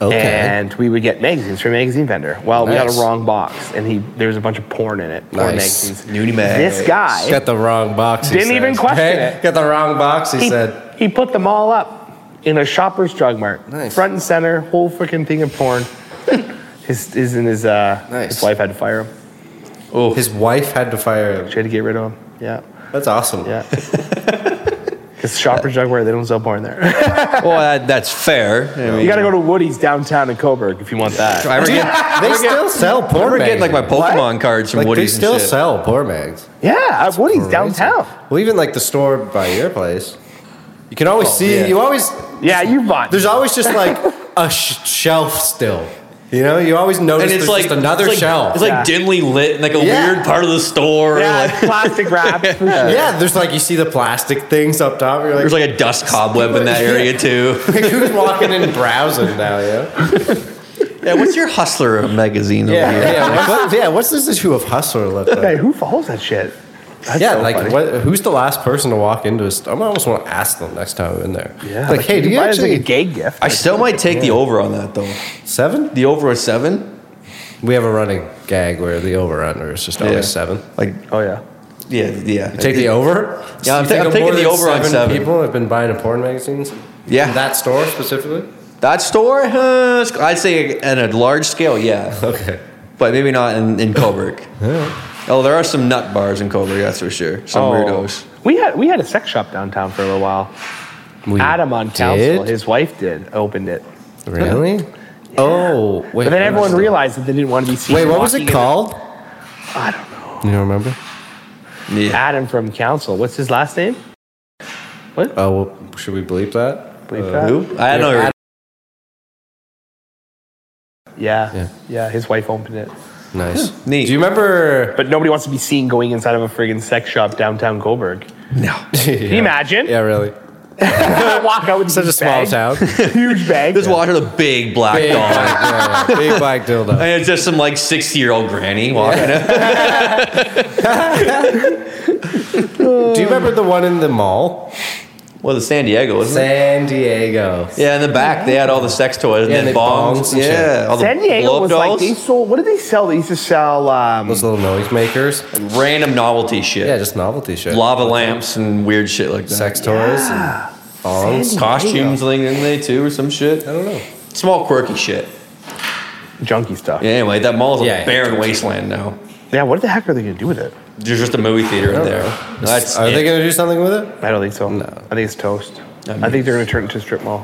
And we would get magazines from a magazine vendor. Well, we got
Nice.
a wrong box, and he there was a bunch of porn in it. Porn
Nice.
magazines.
Nudie mag.
This guy
Got the wrong box. he
Didn't even
says.
question
Hey,
it.
Got the wrong box. He,
he,
said.
he put them all up in a shopper's drug mart.
Nice.
Front and center, whole freaking thing of porn. his his and his uh
Nice.
his wife had to fire him.
Oh, his wife had to fire him.
She had to get rid of him. Yeah.
That's awesome.
Yeah. Because shoppers drug mart, they don't sell porn there.
Well, that, that's fair. I mean,
you gotta go to Woody's downtown in Coburg if you want
If I
that.
ever
Dude,
get,
they still sell
I
porn.
ever get like my
magazines.
Pokemon
What?
cards from
Like, they
Woody's
still
and shit.
sell porn mags.
Yeah, at Woody's
Crazy.
downtown.
Well, even like the store by your place, you can always see.
yeah.
You always
Yeah, you bought.
there's always just like a sh- shelf still. You know, you always notice
and it's
there's
like
just another
it's like,
shell.
It's like
Yeah.
dimly lit, in like a
Yeah.
weird part of the store.
Yeah,
Like,
it's plastic wrap for sure.
yeah, there's like you see the plastic things up top. You're like,
there's like a dust cobweb in that area too.
who's walking and browsing now? Yeah,
yeah, what's your hustler magazine over
yeah,
here?
yeah. What's, what- yeah, what's this issue of hustler look like?
Hey, who follows that shit? That's
yeah,
so
like
funny.
what, who's the last person to walk into a store? I almost want to ask them next time I'm in there.
Yeah,
like, hey,
you
do
can
you
buy it as,
actually
like a gay gift?
I still might take the over on that though.
seven?
The over is seven.
We have a running gag where the over under is just always
Yeah.
seven.
Like
oh yeah.
yeah, yeah.
Take the over.
Yeah, I'm
You
ta- I'm
more
taking the
than
over on seven.
People have been buying porn magazines.
Yeah.
In that store specifically.
That store, uh, I'd say at a large scale, yeah,
Okay.
but maybe not in, in Coburg. Oh, there are some nut bars in Coburg, that's for sure. Some
Oh.
weirdos.
We had we had a sex shop downtown for a little while.
We
Adam on council,
did?
his wife did, opened it.
Really? Oh, wait.
But then
what
everyone
was the-
realized that they didn't want to be seen.
Wait, what was
walking
it
in-
called?
I don't know.
You don't remember?
Yeah.
Adam from council. What's his last name?
Oh, well, should we bleep that?
Bleep
Uh,
that?
Who? I don't know.
Yeah.
Yeah.
Yeah.
yeah. his wife opened it.
Nice.
Neat.
Do you remember?
But nobody wants to be seen going inside of a friggin' sex shop downtown Goldberg.
No.
Can
you imagine?
Yeah, really.
Walk out with
Such a
these
small
bags,
town.
Huge bag.
Just watch the big black
Big
dog.
black, yeah, yeah, big black dildo.
And it's just some like 60 year old granny walking up.
Do you remember the one in the mall?
Well, the San Diego, isn't it?
San Diego.
Yeah, in the back, they had all the sex toys and
Yeah,
then
they
bongs.
bongs and shit.
yeah, all the
San Diego
blow-up
was like
dolls.
they sold. What did they sell? They used to sell. Um,
Those little noisemakers.
Random novelty shit.
Yeah, just novelty shit.
Lava lamps and weird shit like that.
Sex toys
Ah,
and bongs.
Costumes, like, in they too, or some shit.
I don't know.
Small quirky shit.
junky stuff.
Yeah, anyway, that mall's
Yeah.
a barren wasteland now.
Yeah, what the heck are they gonna do with it?
There's just a movie theater in there. That's
Are they
it.
going to do something with it?
I don't think so. No. I think it's toast. I,
mean-
think they're gonna turn it into a strip mall.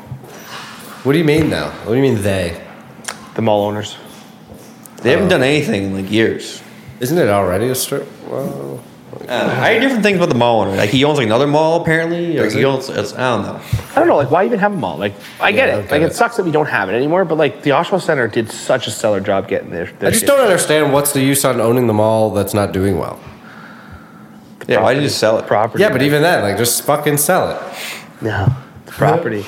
What do you mean, though? What do you mean they?
The mall owners.
they haven't done anything in like years.
Isn't it already a strip? Well,
I hear different things about the mall owner. Like he owns like another mall apparently. Or
Does
he
he?
owns it's, I don't know.
I don't know, like why even have a mall? Like I get
Yeah,
it.
I get
like it.
it.
sucks that we don't have it anymore, but like the Oshawa Center did such a stellar job getting there.
I just don't understand what's the use on owning the mall that's not doing well.
Yeah, why did you sell it?
property.
Yeah, but even then, like, just fucking sell it.
no. The property.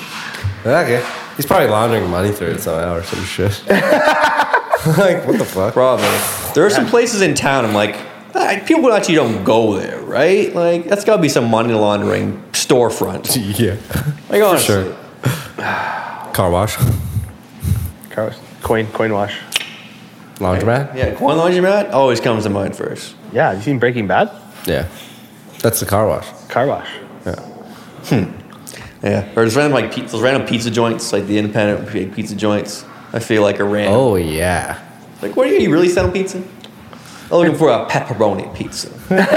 Okay. He's probably laundering money through it somehow or some shit. like, what the fuck?
Probably. There are some places in town. I'm like, ah, people actually don't go there, right? Like that's got to be some money laundering storefront.
Yeah.
Like honestly,
Sure. Car wash.
Cars. Coin coin wash.
Laundromat?
yeah, coin laundromat always comes to mind first.
Yeah, have you seen Breaking Bad?
Yeah. That's the car wash.
Car wash.
Yeah, or just random like pizza, those random pizza joints, like the independent like, pizza joints. I feel like a random.
Oh, yeah.
Like, what are you, you really selling pizza? I'm looking for a pepperoni pizza. Two large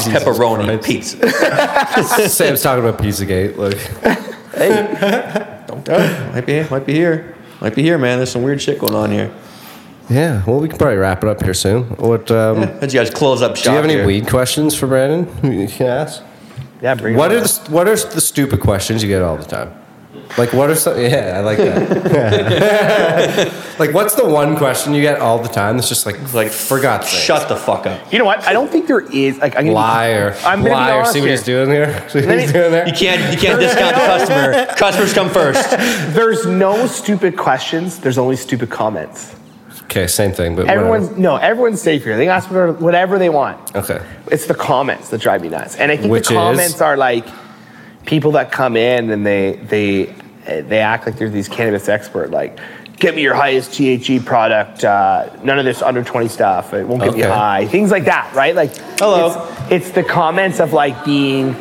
pepperoni
Christ.
pizza.
Sam's talking about Pizzagate. Like,
Don't doubt. Oh, Might be, might be here. Might be here, man. There's some weird shit going on here.
yeah. Well, we can probably wrap it up here soon. What, um,
Why don't you guys close up shop?
do you have any
here?
weed questions for Brandon? You can ask.
Yeah, bring it
What
on.
are the what are the stupid questions you get all the time? Like what are some? Yeah, I like that. like what's the one question you get all the time that's just like
Like,
for God's sake?
Shut the fuck up.
You know what? I don't think there is like I'm gonna be-
liar,
I'm gonna
liar.
Be honest
See what
here.
he's doing here? See what
Let
he's
me-
doing there?
You can't, you can't discount the customer. Customers come first.
There's no stupid questions. There's only stupid comments.
Okay, same thing, but
Everyone's no, everyone's safe here. They can ask whatever, whatever they want.
whatever. okay.
It's the comments that drive me nuts, and I think
Which
the
is?
comments are like people that come in and they they eh, they act like they're these cannabis expert. Like, get me your highest THC product. Uh, none of this under twenty stuff. It won't get me
Okay.
high. Things like that, right? Like,
Hello.
It's, it's the comments of like being.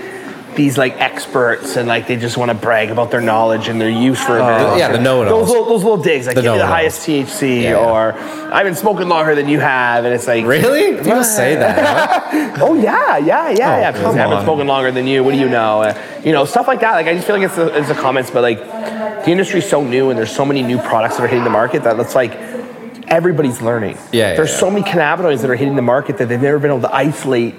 These like experts and like they just want to brag about their knowledge and their use for a very long
Uh, yeah,
time.
the know-it-alls.
Those little, those little digs like
The
give me the
know-it-alls.
highest THC
Yeah, yeah.
or I've been smoking longer than you have and it's like
Really? You don't say that. huh?
Oh yeah, yeah, yeah,
Oh,
yeah. People
come
say, I've been
on.
smoking longer than you. What do you know? Uh, you know, stuff like that. Like I just feel like it's the, it's the comments, but like the industry's so new and there's so many new products that are hitting the market that it's like everybody's learning.
Yeah, yeah,
There's
yeah.
so many cannabinoids that are hitting the market that they've never been able to isolate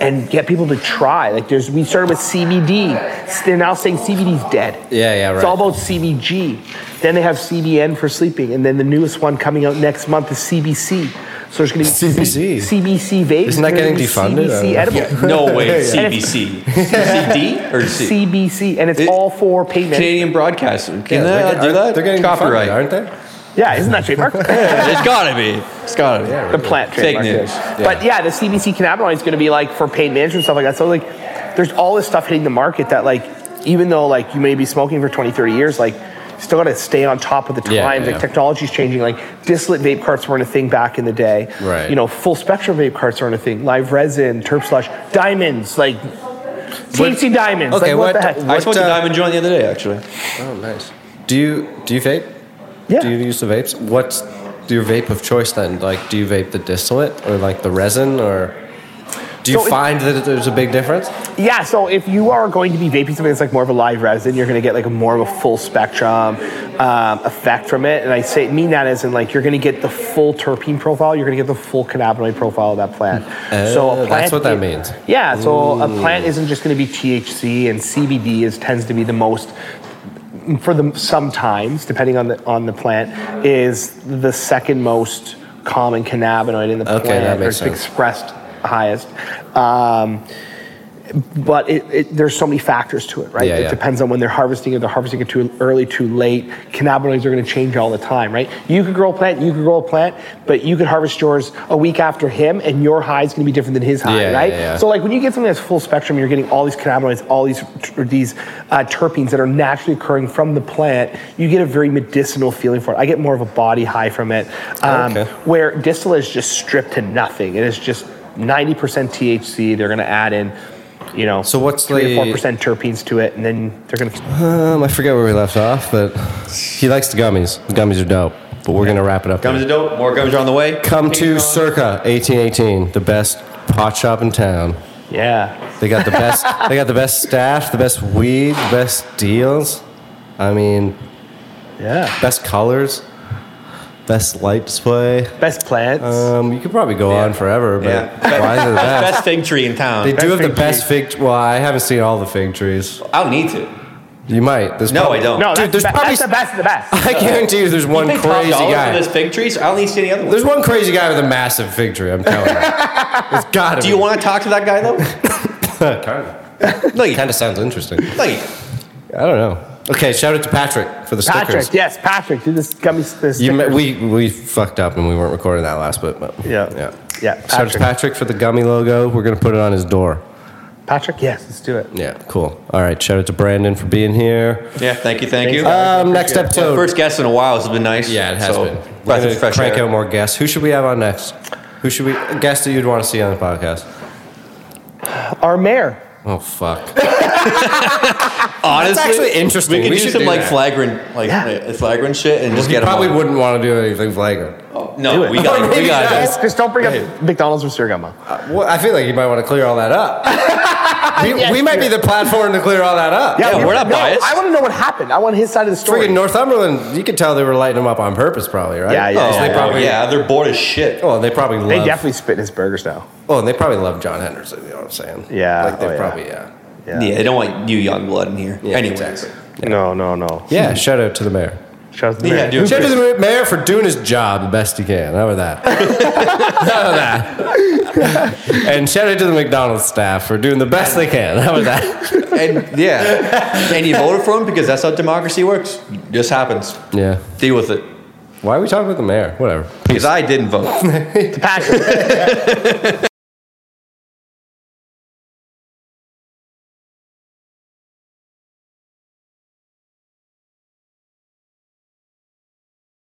and get people to try. Like there's, we started with CBD. They're now saying CBD's dead.
Yeah, yeah, right.
It's all about CBG. Then they have CBN for sleeping, and then the newest one coming out next month is CBC. So there's going to be
CBC.
CBC vape.
Isn't that getting defunded? I don't
CBC
know.
edible.
No way.
Yeah.
CBC. CD or C?
CBC, and it's
It-
all for payment.
Canadian broadcaster. Can
they're
they
get-
do
aren't-
that?
They're getting copyright,
copyright.
aren't they?
Yeah, isn't that trademark? the
it's gotta be. It's gotta be.
plant
Fake
trademark.
news.
yeah. But yeah, the CBC cannabinoid is going to be like for pain management stuff like that. So like, there's all this stuff hitting the market that like, even though like you may be smoking for 20, 30 years, like. you Still got to stay on top of the times.
Yeah, yeah.
Like technology's changing. Like distillate vape carts weren't a thing back in the day.
Right.
You know, full spectrum vape carts aren't a thing. Live resin, terp slush, diamonds, like THC diamonds.
okay,
like, what, the
what-
heck?
I
What,
smoked a
uh,
diamond joint the other day, actually.
Oh, nice. Do you do you vape?
yeah.
Do you use the vapes? What's your vape of choice then? Like, do you vape the distillate or like the resin or? Do you
So it-
find that there's a big difference?
Yeah, so if you are going to be vaping something that's like more of a live resin, you're going to get like a more of a full spectrum um, effect from it. And I say mean that as in like you're going to get the full terpene profile, you're going to get the full cannabinoid profile of that plant.
Oh, that's what that means. Mm.
Yeah, so a plant isn't just going to be THC, and CBD is tends to be the most for the sometimes depending on the on the plant is the second most common cannabinoid in the
Okay,
plant
that
or
makes
it's
sense.
expressed highest. Um, but it, it, there's so many factors to it, right?
Yeah,
it
yeah.
depends on when they're harvesting. If they're harvesting it too early, too late, cannabinoids are going to change all the time, right? You could grow a plant, you could grow a plant, but you could harvest yours a week after him, and your high is going to be different than his high,
Yeah, yeah,
right?
yeah.
So, like when you get something that's full spectrum, you're getting all these cannabinoids, all these or these uh, terpenes that are naturally occurring from the plant. You get a very medicinal feeling for it. I get more of a body high from it, um,
Okay.
where distillate is just stripped to nothing. It is just 90% THC. They're going to add in, you know,
So what's
three
the-
or four percent terpenes to it, and then they're going to.
Um, I forget where we left off, but he likes the gummies. The gummies are dope. But we're gonna wrap it up.
Gums are
here.
dope. More gums are on the way.
Come to Circa 1818, the best pot shop in town.
Yeah,
They got the best. they got the best staff, the best weed, the best deals. I mean,
yeah.
best colors, best light display.
Best plants.
Um, you could probably go on forever, but
Yeah.
why is it that?
Best fig tree in
They
town.
do have the
fig
best fig. Well, I haven't seen all the fig trees.
I don't need to.
You might. There's
No,
probably-
I don't.
no,
dude,
that's,
there's
the be-
probably-
that's the best of the best.
I guarantee you, there's one
Pay top
crazy
dollar for
guy.
this fig trees. I don't need to see any other
There's
one.
one crazy guy with a massive fig tree. I'm telling you, it's gotta. be.
Do you want to talk to that guy though? no, you
Kind of sounds interesting.
No, you-
I don't know. Okay, shout out to Patrick for the stickers.
Patrick, yes, Patrick, do this gummy this.
You met, we we fucked up and we weren't recording that last bit, but
Yeah.
yeah,
Yeah,
Shout out to
Patrick.
Patrick for the gummy logo. We're gonna put it on his door.
Patrick, yes, let's do it.
Yeah, cool. All right, shout out to Brandon for being here.
Yeah, thank you, thank you. Uh,
Um, next episode.
First guest in a while. This has been nice.
yeah, it has
So,
been. We're
Breath
gonna
of fresh
crank
air.
out more guests. Who should we have on next? Who should we a guest that you'd want to see on the podcast?
Our mayor.
Oh fuck.
Honestly,
actually interesting.
We could
We
do
should
some
do
like
that.
flagrant, like
Yeah.
uh, flagrant shit, and just
you
get 'em
probably
on.
wouldn't want to do anything flagrant.
No, we got it. We
Maybe
got
not.
it.
Yes.
Just don't bring
Hey.
up McDonald's with Sirgama.
Well, I feel like you might want to clear all that up. we,
Yes,
we might
sure.
be the platform to clear all that up.
Yeah, we're not
no,
biased.
I want to know what happened. I want his side of the story.
Freaking Northumberland, you could tell they were lighting them up on purpose, probably, right?
Yeah, yeah,
Oh,
Because They probably,
yeah, they're bored as shit.
Oh, they probably love.
they definitely spit in his burgers now.
Oh, and they probably love John Henderson. You know what I'm saying?
Yeah,
Like they
oh, yeah.
probably yeah.
Yeah. they don't want you young blood in here.
Yeah,
anyway,
exactly.
No, no, no.
Yeah. shout out to the mayor.
Shout out to the
Yeah,
mayor.
dude.
Shout out to the mayor for doing his job the best he can. How about that? How about that? and shout out to the McDonald's staff for doing the best they can. How about that?
and yeah, and you voted for him because that's how democracy works. Just happens.
Yeah.
Deal with it.
Why are we talking about the mayor? Whatever.
Because I didn't vote.
It's passion.